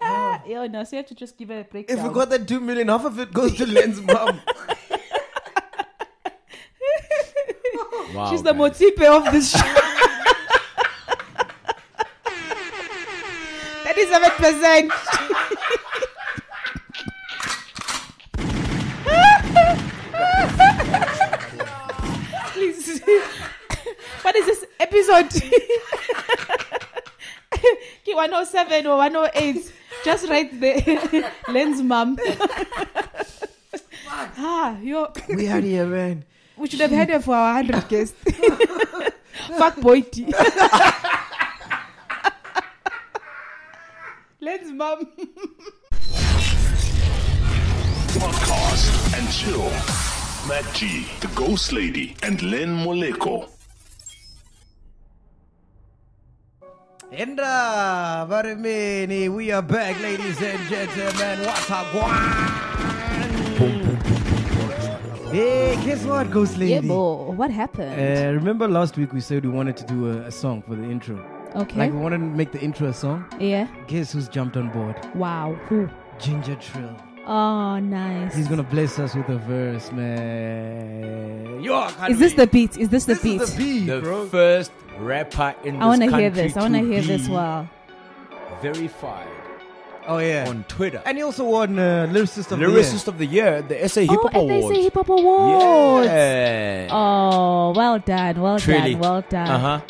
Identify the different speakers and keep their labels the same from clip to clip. Speaker 1: Ah, yeah, no, so you have to just give her a breakdown.
Speaker 2: If we got that two million, half of it goes to Len's mom. wow,
Speaker 1: She's the
Speaker 2: guys.
Speaker 1: motipe of this show. Thirty-seven percent. Please, what is this episode? Okay, 107 or 108. Just write the lens, mom. ah, yo,
Speaker 2: We out here, man.
Speaker 1: we should have had her for our hundred guests. Fuck Boiti. Let's mom.
Speaker 3: Podcast and chill. Matt G, the Ghost Lady, and Len Moleko.
Speaker 2: Hendra Varimini, uh, we are back, ladies and gentlemen. What a guan! Hey, guess what, Ghost Lady?
Speaker 1: what happened?
Speaker 2: Uh, remember last week we said we wanted to do a, a song for the intro.
Speaker 1: okay.
Speaker 2: Like we wanted to make the intro a song.
Speaker 1: yeah.
Speaker 2: Guess who's jumped on board?
Speaker 1: Wow. Who?
Speaker 2: Ginger Trill.
Speaker 1: Oh, nice.
Speaker 2: He's gonna bless us with a verse, man. Yo, I can't
Speaker 1: is this
Speaker 2: wait.
Speaker 1: the beat? Is this the beat?
Speaker 2: This is the beat,
Speaker 4: the
Speaker 2: bro.
Speaker 4: first rapper in
Speaker 1: I want
Speaker 4: this
Speaker 1: to
Speaker 4: country
Speaker 1: hear this. I want to hear this.
Speaker 4: be
Speaker 1: Wow.
Speaker 4: Verified
Speaker 2: oh yeah.
Speaker 4: on Twitter.
Speaker 2: And he also won uh, lyricist of
Speaker 4: Lyricist of the year, the SA Hip Hop
Speaker 1: oh, and they
Speaker 4: Award.
Speaker 1: say hip hop awards.
Speaker 4: Yeah.
Speaker 1: Oh, well done. Well
Speaker 4: Truly.
Speaker 1: done. Well done.
Speaker 4: Uh huh.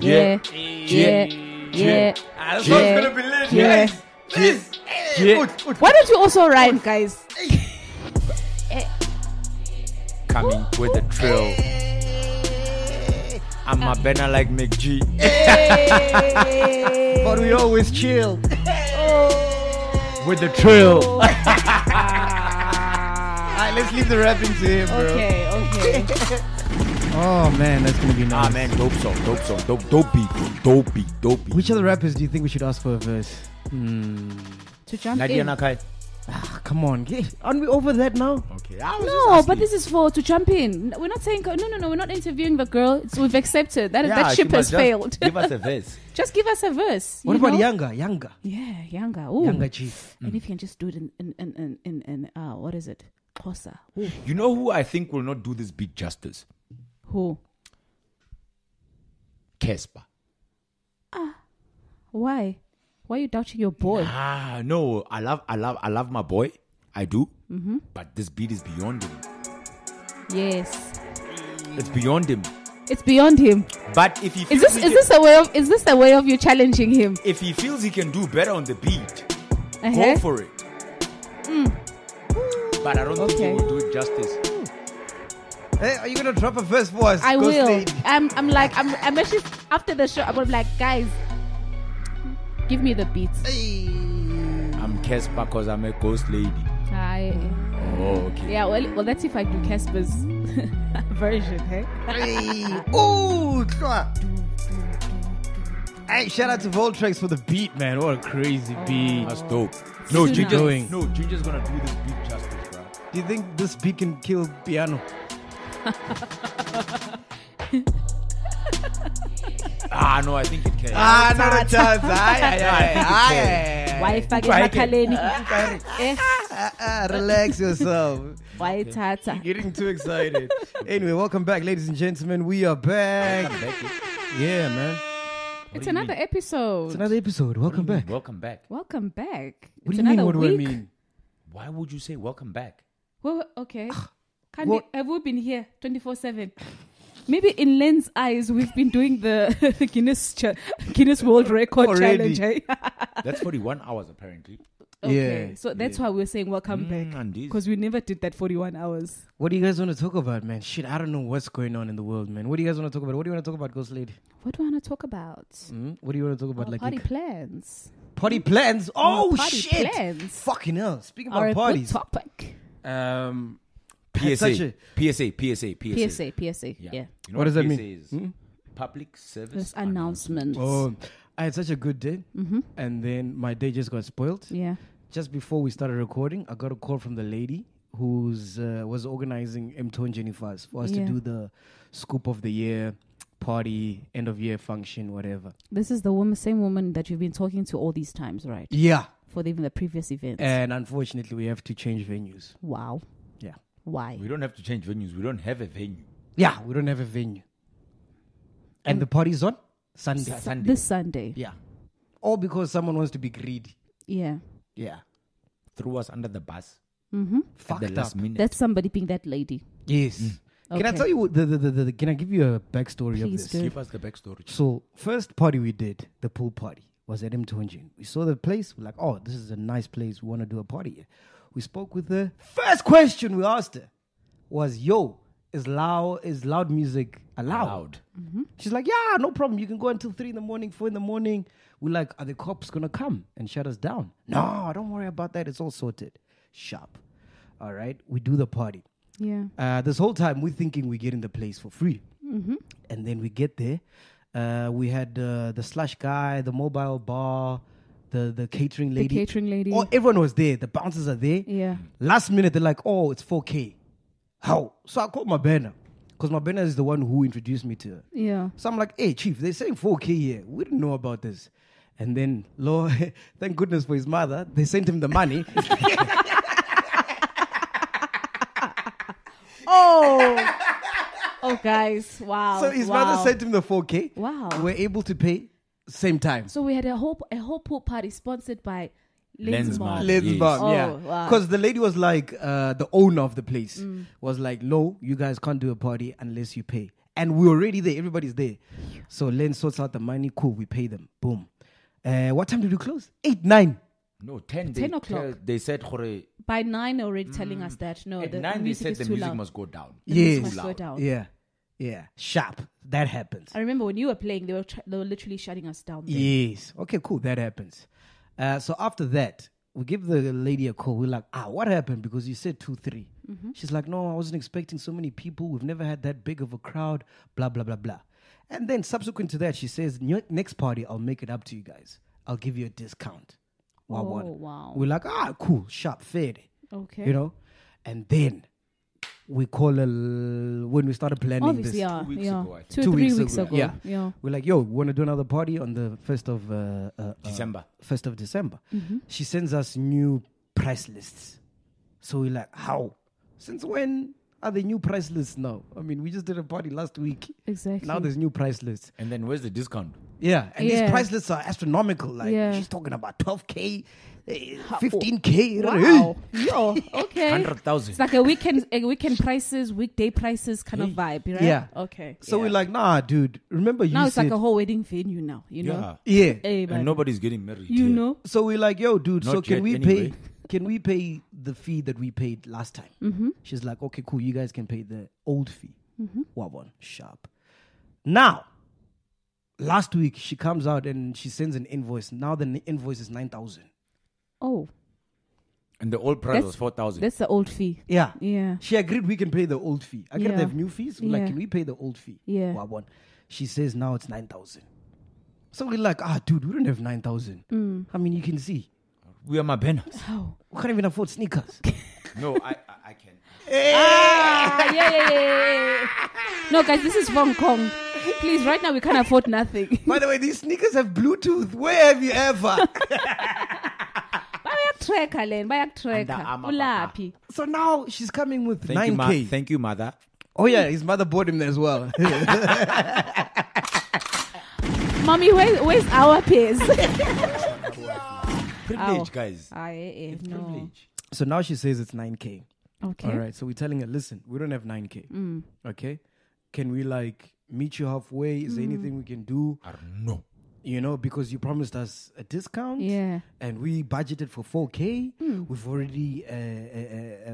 Speaker 1: Yeah. Yeah.
Speaker 4: Yeah.
Speaker 1: Yeah.
Speaker 2: the year.
Speaker 1: Yeah. Yeah. gonna be lit, Yeah. guys. Why don't you also rhyme, guys?
Speaker 4: Coming with a trill. I'm a banner like McG.
Speaker 2: But we always chill.
Speaker 4: With the trill.
Speaker 2: Alright, let's leave the rapping to him, bro.
Speaker 1: Okay, okay.
Speaker 2: Oh man, that's gonna be nice.
Speaker 4: Ah man, dope song, dope song, dope, dope beat, dope beat, dope beat.
Speaker 2: Which other rappers do you think we should ask for a verse?
Speaker 1: to jump
Speaker 4: Nadia
Speaker 1: in.
Speaker 4: Nakai.
Speaker 2: Ah, come on, get, aren't we over that now?
Speaker 4: Okay. I was
Speaker 1: No,
Speaker 4: just
Speaker 1: but
Speaker 4: asking.
Speaker 1: this is for to jump in. We're not saying no, no, no. We're not interviewing the girl. It's, we've accepted that
Speaker 4: Yeah,
Speaker 1: that
Speaker 4: she
Speaker 1: ship
Speaker 4: must
Speaker 1: has
Speaker 4: just
Speaker 1: failed.
Speaker 4: Give us a verse.
Speaker 1: just give us a verse.
Speaker 2: What
Speaker 1: you
Speaker 2: about
Speaker 1: know?
Speaker 2: Younger? Younger.
Speaker 1: Yeah, younger. Ooh.
Speaker 2: Younger Chief.
Speaker 1: And if you can just do it in in in in in, in uh, what is it? Kosa. Ooh.
Speaker 4: You know who I think will not do this beat justice?
Speaker 1: Who?
Speaker 4: Casper.
Speaker 1: Why? Why are you doubting your boy?
Speaker 4: Ah, no, I love, I love, I love my boy. I do. Mm-hmm. But this beat is beyond him.
Speaker 1: Yes,
Speaker 4: It's beyond him.
Speaker 1: it's beyond him.
Speaker 4: But if he
Speaker 1: Is
Speaker 4: feels
Speaker 1: this
Speaker 4: he
Speaker 1: is
Speaker 4: can,
Speaker 1: this a way of is this a way of you challenging him?
Speaker 4: if he feels he can do better on the beat,
Speaker 1: Uh-huh. Mm.
Speaker 4: go for it. But I don't
Speaker 1: Okay.
Speaker 4: think he will do it justice.
Speaker 2: Hey, are you gonna drop a verse for us?
Speaker 1: I
Speaker 2: Ghost
Speaker 1: will.
Speaker 2: Lady?
Speaker 1: I'm, I'm like, I'm, I'm actually after the show. I'm gonna be like, guys, give me the beat.
Speaker 4: I'm Casper because I'm a ghost lady.
Speaker 1: I,
Speaker 4: Oh, okay.
Speaker 1: yeah, well, well, that's if I do Casper's version, eh? hey?
Speaker 2: Ooh, twa. Hey, shout out to Voltrex for the beat, man. What a crazy beat.
Speaker 4: That's dope. Oh. No,
Speaker 1: Soon
Speaker 4: Ginger.
Speaker 2: going.
Speaker 4: No, Ginger's gonna do this beat justice, bro.
Speaker 2: Do you think this beat can kill piano?
Speaker 4: Ah, no, I think it can.
Speaker 2: Ah, not a chance. Aye, aye, aye, aye, aye.
Speaker 1: Why fucking
Speaker 4: Try again.
Speaker 1: Makaleni? Eh,
Speaker 2: Ah, ah, relax yourself.
Speaker 1: Why Tata?
Speaker 2: Getting too excited. anyway, welcome back, ladies and gentlemen. We are back. Yeah, man.
Speaker 1: It's another episode.
Speaker 2: It's another episode. Welcome back.
Speaker 4: Welcome back.
Speaker 1: Welcome back. it's
Speaker 2: What do you mean?
Speaker 1: another
Speaker 2: What do I
Speaker 1: week.
Speaker 2: mean?
Speaker 4: Why would you say welcome back?
Speaker 1: Well, okay. Can't
Speaker 2: What-
Speaker 1: we, have we been here 24 7? Maybe in Len's eyes, we've been doing the, the Guinness cha- Guinness World Record
Speaker 2: Already.
Speaker 1: challenge. eh?
Speaker 4: That's 41 hours apparently. Mm,
Speaker 1: okay,
Speaker 2: Yeah. Mm,
Speaker 1: so that's why we're saying welcome back. 'Cause back
Speaker 4: and this-
Speaker 1: because we never did that 41 hours.
Speaker 2: What do you guys want to talk about, man? Shit, I don't know what's going on in the world, man. What do you guys want to talk about? What do you want to talk about, Ghost Lady?
Speaker 1: What do I want to talk about?
Speaker 2: Hmm? What do you want to talk about?
Speaker 1: Our
Speaker 2: like
Speaker 1: Oh, party
Speaker 2: your c-
Speaker 1: plans.
Speaker 2: party plans? Oh
Speaker 1: party
Speaker 2: shit!
Speaker 1: plans.
Speaker 2: Fucking hell! Speaking
Speaker 1: Are a
Speaker 2: about
Speaker 1: good
Speaker 2: parties,
Speaker 1: topic.
Speaker 2: um, had such
Speaker 4: PSA, PSA, PSA, PSA,
Speaker 1: PSA, PSA. Yeah.
Speaker 4: You know
Speaker 2: What does that mean? Hmm?
Speaker 4: PSA is? Public service
Speaker 1: Those announcements.
Speaker 2: oh, I had such a good day, and then my day just got spoiled.
Speaker 1: Mm-hmm. Yeah.
Speaker 2: Just before we started recording, I got a call from the lady who's uh, was organizing Mton Jennifer's for us
Speaker 1: Yeah.
Speaker 2: to do the scoop of the year party, end of year function, whatever.
Speaker 1: This is the woman, same woman that you've been talking to all these times, right?
Speaker 2: Yeah.
Speaker 1: For the, even the previous events.
Speaker 2: And unfortunately, we have to change venues.
Speaker 1: wow.
Speaker 2: Yeah.
Speaker 1: Why?
Speaker 4: We don't have to change venues. We don't have a venue.
Speaker 2: Yeah, we don't have a venue. And the party's on Sunday.
Speaker 4: Sunday.
Speaker 1: This Sunday.
Speaker 2: Yeah. All because someone wants to be greedy.
Speaker 1: Yeah.
Speaker 2: Yeah.
Speaker 4: threw us under the bus
Speaker 2: Fucked
Speaker 4: at the last
Speaker 2: up.
Speaker 4: minute.
Speaker 1: That's somebody being that lady.
Speaker 2: Yes. Can I
Speaker 1: Okay.
Speaker 2: tell you what the, the, the, the, can I give you a backstory of
Speaker 1: Please
Speaker 2: this?
Speaker 1: do.
Speaker 4: Give us the backstory.
Speaker 2: So first party we did, the pool party, was at M200. We saw the place, we're like, oh, this is a nice place. We want to do a party here. We spoke with her. First question we asked her was, yo, is loud is loud music allowed?
Speaker 4: Loud.
Speaker 2: She's like, yeah, no problem. You can go until three in the morning, four in the morning. We're like, are the cops gonna come and shut us down? No, don't worry about that. It's all sorted. Sharp. All right, we do the party.
Speaker 1: Yeah.
Speaker 2: Uh, this whole time, we're thinking we're getting the place for free.
Speaker 1: Mm-hmm.
Speaker 2: And then we get there. Uh, we had uh, the slush guy, the mobile bar, the, the catering lady.
Speaker 1: catering lady.
Speaker 2: Oh, everyone was there. The bouncers are there.
Speaker 1: Yeah.
Speaker 2: Last minute, they're like, oh, it's 4K. How? So I called my banner because my banner is the one who introduced me to her.
Speaker 1: Yeah.
Speaker 2: So I'm like, hey, chief, they're saying 4K here. We didn't know about this. And then, Lord, thank goodness for his mother, they sent him the money.
Speaker 1: Oh. oh, guys. Wow.
Speaker 2: so his
Speaker 1: wow.
Speaker 2: mother sent him the 4K.
Speaker 1: Wow.
Speaker 2: We're able to pay same time.
Speaker 1: So we had a whole a whole pool party sponsored by Lensmart.
Speaker 4: Lensmart. Lens-
Speaker 2: Ladies
Speaker 4: Yes.
Speaker 2: bar,
Speaker 1: Oh,
Speaker 2: yeah.
Speaker 1: wow. Mm.
Speaker 2: Because the lady was like, uh, the owner of the place was like, no, you guys can't do a party unless you pay. And we're already there. Everybody's there. So Len sorts out the money. Cool, we pay them. Boom. Uh, what time did we close? 8, 9.
Speaker 4: No,
Speaker 1: 10
Speaker 4: 10, they,
Speaker 1: o'clock.
Speaker 4: tell- they said, Jorge,
Speaker 1: By nine, already telling us that no,
Speaker 4: Mm. at
Speaker 1: the
Speaker 4: 9 they
Speaker 1: music
Speaker 4: said
Speaker 1: is
Speaker 4: the
Speaker 1: too
Speaker 4: music
Speaker 1: loud.
Speaker 4: must go down.
Speaker 1: The music
Speaker 2: Yes.
Speaker 1: must go
Speaker 4: Loud.
Speaker 1: down.
Speaker 2: Yeah. Yeah. Sharp. That happens.
Speaker 1: I remember when you were playing, they were tr- they were literally shutting us down. there.
Speaker 2: Yes. Okay, cool. That happens. Uh, so after that, we give the lady a call. We're like, ah, what happened? Because you said two, three.
Speaker 1: Mm-hmm.
Speaker 2: She's like, no, I wasn't expecting so many people. We've never had that big of a crowd, blah, blah, blah, blah. And then subsequent to that, she says, "Ne- next party, I'll make it up to you guys. I'll give you a discount. Wow,
Speaker 1: Oh,
Speaker 2: one.
Speaker 1: wow.
Speaker 2: We're like, ah, cool, sharp, fair. day."
Speaker 1: Okay.
Speaker 2: You know? And then we call her l- when we started planning
Speaker 1: Obviously,
Speaker 2: this.
Speaker 1: yeah,
Speaker 4: weeks
Speaker 1: yeah.
Speaker 4: ago, I think.
Speaker 1: two,
Speaker 2: Two
Speaker 1: three
Speaker 2: weeks
Speaker 1: weeks,
Speaker 2: ago,
Speaker 1: ago.
Speaker 2: yeah.
Speaker 1: yeah.
Speaker 2: We're like, yo, we want to do another party on the 1st of uh, uh, uh,
Speaker 4: December.
Speaker 2: first of December.
Speaker 1: Mm-hmm.
Speaker 2: She sends us new price lists. So we're like, how? Since when are the new price lists now? I mean, we just did a party last week.
Speaker 1: Exactly.
Speaker 2: Now there's new price lists.
Speaker 4: And then where's the discount?
Speaker 2: Yeah. And these
Speaker 1: Yeah.
Speaker 2: price lists are astronomical. Like
Speaker 1: Yeah. oh.
Speaker 2: she's talking about 12K, eh, 15K.
Speaker 1: Wow. Yo, okay.
Speaker 4: 100,000.
Speaker 1: Eh? It's like a weekend, a weekend prices, weekday prices kind of vibe, right?
Speaker 2: Yeah.
Speaker 1: Okay.
Speaker 2: So
Speaker 1: yeah.
Speaker 2: we're like, nah, dude, remember you
Speaker 1: now it's
Speaker 2: said.
Speaker 1: like a whole wedding venue now, you know?
Speaker 4: Yeah.
Speaker 2: yeah.
Speaker 1: Hey, man.
Speaker 4: And nobody's getting married.
Speaker 1: you
Speaker 4: here.
Speaker 1: know?
Speaker 2: so we're like, yo, dude, so
Speaker 4: Not
Speaker 2: can
Speaker 4: yet,
Speaker 2: we
Speaker 4: anyway.
Speaker 2: pay? Can we pay the fee that we paid last time? Mm-hmm. She's like, okay, cool. You guys can pay the old fee. Mm-hmm. Wabon, sharp. Now, last week she comes out and she sends an invoice. Now the n- invoice is nine thousand.
Speaker 1: Oh,
Speaker 4: And the old price
Speaker 1: That's-
Speaker 4: was 4,000.
Speaker 1: that's the old fee.
Speaker 2: Yeah.
Speaker 1: Yeah.
Speaker 2: She agreed we can pay the old fee. I can't
Speaker 1: Yeah.
Speaker 2: have new fees. We're like,
Speaker 1: Yeah.
Speaker 2: can we pay the old fee?
Speaker 1: Yeah.
Speaker 2: Wabon. She says now it's nine thousand. So we're like, ah, dude, we don't have nine thousand. I mean, you can see
Speaker 4: We are my banners.
Speaker 1: Oh.
Speaker 2: we can't even afford sneakers.
Speaker 4: no, I, I, I can.
Speaker 1: Ah, yeah, yeah, yeah, yeah. No, guys, this is Hong Kong. Please, right now we can't afford nothing.
Speaker 2: By the way, these sneakers have Bluetooth. Where have you ever?
Speaker 1: bayakutracker len bayakutracker
Speaker 4: Under Armour,
Speaker 1: ulaphi
Speaker 2: so now she's coming with
Speaker 4: Thank you, ma-
Speaker 2: 9K.
Speaker 4: Thank you, mother.
Speaker 2: oh, yeah, his mother bought him as well.
Speaker 1: mommy where, where's our pays
Speaker 4: Privilege, guys.
Speaker 1: Aye, eh, eh,
Speaker 4: It's
Speaker 1: no.
Speaker 4: privilege.
Speaker 2: so now she says it's 9K.
Speaker 1: Okay.
Speaker 2: All right. So we're telling her, listen, we don't have 9K. Okay. Can we like meet you halfway? Is there anything we can do?
Speaker 4: No.
Speaker 2: You know, because you promised us a discount.
Speaker 1: Yeah.
Speaker 2: And we budgeted for 4K. We've already uh,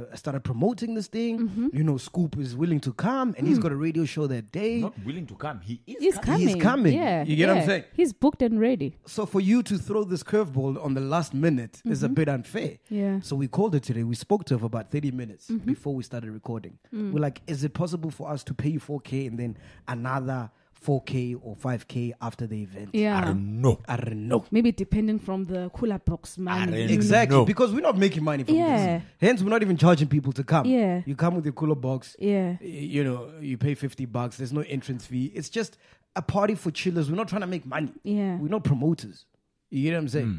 Speaker 2: uh, uh, started promoting this thing. You know, Scoop is willing to come and he's got a radio show that day.
Speaker 4: Not willing to come. He is.
Speaker 1: He's coming.
Speaker 2: coming.
Speaker 1: Yeah.
Speaker 2: You get what I'm
Speaker 1: yeah.
Speaker 2: saying?
Speaker 1: He's booked and ready.
Speaker 2: So for you to throw this curveball on the last minute is a bit unfair.
Speaker 1: Mm-hmm. Yeah. Mm-hmm.
Speaker 2: So we called her today. We spoke to her for about 30 minutes before we started recording.
Speaker 1: Mm.
Speaker 2: We're like, is it possible for us to pay you 4K and then another 4K or 5K after the event?
Speaker 1: Yeah.
Speaker 4: No.
Speaker 2: I don't know.
Speaker 1: Maybe depending from the cooler box money.
Speaker 4: Arrange.
Speaker 1: you know.
Speaker 2: Exactly.
Speaker 4: No.
Speaker 2: Because we're not making money from
Speaker 1: Yeah.
Speaker 2: this. Hence, we're not even charging people to come.
Speaker 1: Yeah.
Speaker 2: You come with your cooler box.
Speaker 1: Yeah.
Speaker 2: y- You know, you pay 50 bucks. There's no entrance fee. It's just a party for chillers. We're not trying to make money.
Speaker 1: Yeah.
Speaker 2: We're not promoters. You get what I'm saying?
Speaker 4: Hmm.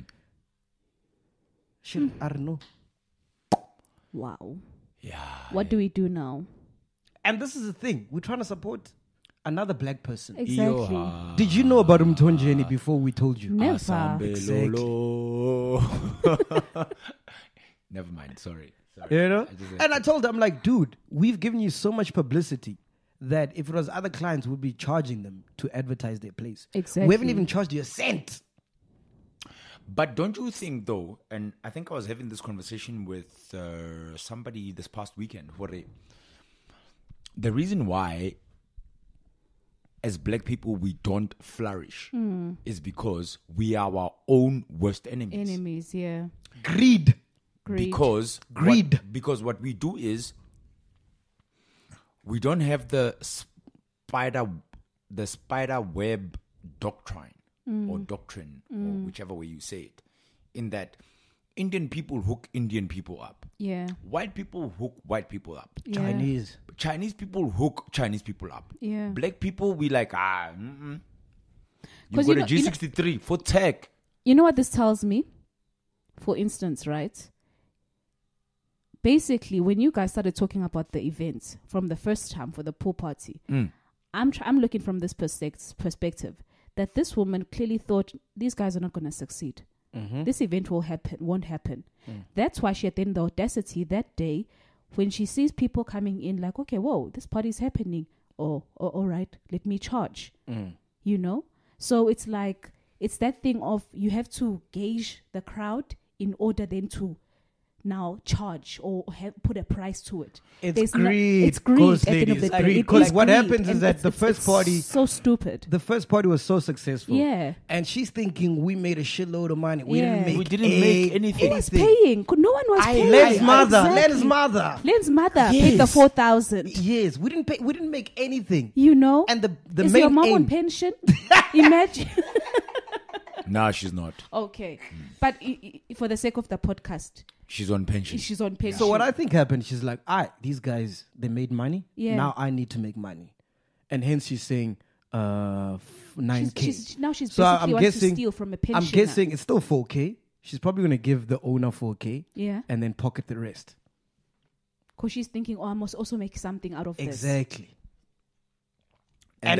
Speaker 2: Shit, I don't know.
Speaker 1: Wow.
Speaker 4: Yeah.
Speaker 1: What do we do now?
Speaker 2: And this is the thing. We're trying to support another black person.
Speaker 1: Exactly.
Speaker 2: Did you know about Umtonjeni before we told you?
Speaker 1: Never.
Speaker 4: Asambelolo. Never mind. Sorry. Sorry.
Speaker 2: You know?
Speaker 4: I just had
Speaker 2: and I told them, like, dude, we've given you so much publicity that if it was other clients, we'd be charging them to advertise their place. We haven't
Speaker 1: Exactly.
Speaker 2: even charged you a cent.
Speaker 4: But don't you think though, and I think I was having this conversation with uh, somebody this past weekend, Hore, the reason why as black people we don't flourish
Speaker 1: Hmm.
Speaker 4: is because we are our own worst enemies.
Speaker 1: Enemies, yeah.
Speaker 2: Greed.
Speaker 1: Great.
Speaker 4: Because what-
Speaker 2: Greed.
Speaker 4: because what we do is we don't have the spider the spider web doctrine or
Speaker 1: Mm.
Speaker 4: doctrine or whichever way you say it. In that Indian people hook Indian people up.
Speaker 1: yeah.
Speaker 4: White people hook white people up.
Speaker 1: Yeah.
Speaker 2: Chinese.
Speaker 4: Chinese people hook Chinese people up.
Speaker 1: Yeah.
Speaker 4: Black people, we like, ah, mm-mm. you
Speaker 1: 'Cause
Speaker 4: got
Speaker 1: you
Speaker 4: a
Speaker 1: know- you know-
Speaker 4: G63 for tech.
Speaker 1: You know what this tells me? For instance, right? Basically, when you guys started talking about the event from the first time for the pool party, I'm tr- I'm looking from this perspective, perspective that this woman clearly thought these guys are not going to succeed.
Speaker 2: Hmm?
Speaker 1: This event will happen, won't happen. That's why she had then the audacity that day when she sees people coming in, like, okay, whoa, this party is happening. Oh, oh, all right, let me charge
Speaker 2: Hmm.
Speaker 1: you know so it's like it's that thing of you have to gauge the crowd in order then to now charge or have, put a price to it
Speaker 2: It's
Speaker 1: There's no-
Speaker 2: greed,
Speaker 1: it's greed
Speaker 2: ghost
Speaker 1: at the end of
Speaker 2: ladies,
Speaker 1: the day.
Speaker 2: greed.
Speaker 1: It
Speaker 2: 'Cause what
Speaker 1: greed,
Speaker 2: happens is
Speaker 1: and
Speaker 2: that
Speaker 1: it's-
Speaker 2: the
Speaker 1: it's-
Speaker 2: first
Speaker 1: it's
Speaker 2: party-
Speaker 1: so stupid
Speaker 2: The first party was so successful.
Speaker 1: Yeah.
Speaker 2: And she's thinking we made a shitload of money. We didn't
Speaker 1: Yeah.
Speaker 2: make
Speaker 4: We didn't
Speaker 2: a-
Speaker 4: make anything.
Speaker 1: who was paying no one was
Speaker 4: I-
Speaker 1: paying
Speaker 2: Len's
Speaker 4: I-
Speaker 2: mother.
Speaker 1: Exactly.
Speaker 2: Len's mother.
Speaker 1: Len's mother paid the
Speaker 2: Yes.
Speaker 1: 4000
Speaker 2: Yes, we didn't pay we didn't make anything.
Speaker 1: you know
Speaker 2: And the- the
Speaker 1: is your
Speaker 2: main
Speaker 1: mom on
Speaker 2: aim-
Speaker 1: pension imagine
Speaker 4: Nah, she's not.
Speaker 1: okay but i- i- for the sake of the podcast
Speaker 4: She's on pension.
Speaker 1: she's on pension
Speaker 2: So what I think happened, she's like, "All right, these guys they made money.
Speaker 1: Yeah.
Speaker 2: Now I need to make money," and hence she's saying, uh, f- nine k.
Speaker 1: She's- she's- now she's basically wants to steal from a
Speaker 2: I'm
Speaker 1: pensioner.
Speaker 2: guessing it's still four k. She's probably gonna give the owner four k.
Speaker 1: Yeah.
Speaker 2: and then pocket the rest.
Speaker 1: because she's thinking, oh, I must also make something out of this.
Speaker 2: Exactly.
Speaker 4: And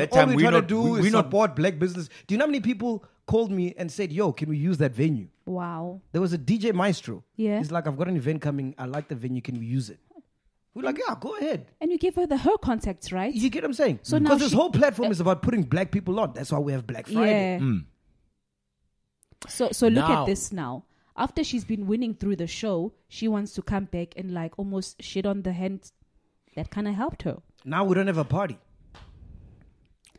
Speaker 2: And,
Speaker 4: that
Speaker 2: all
Speaker 4: time
Speaker 2: we're
Speaker 4: we
Speaker 2: trying
Speaker 4: not-
Speaker 2: to do
Speaker 4: we- we
Speaker 2: is
Speaker 4: not-
Speaker 2: support black business. Do you know how many people called me and said, "Yo, can we use that venue?"
Speaker 1: Wow.
Speaker 2: There was a DJ Maestro.
Speaker 1: Yeah.
Speaker 2: he's like, "I've got an event coming. I like the venue. Can we use it?" We're like, "Yeah, go ahead."
Speaker 1: And you give her the her contacts, right?
Speaker 2: You get what I'm saying?
Speaker 1: So now
Speaker 2: because this
Speaker 1: she- Uh,
Speaker 2: whole platform is about putting black people on. That's why we have Black Friday. Mm.
Speaker 1: yeah. So so look
Speaker 4: Now-
Speaker 1: at this now. After she's been winning through the show, she wants to come back and like almost shit on the hand that kind of helped her.
Speaker 2: Now we don't have a party.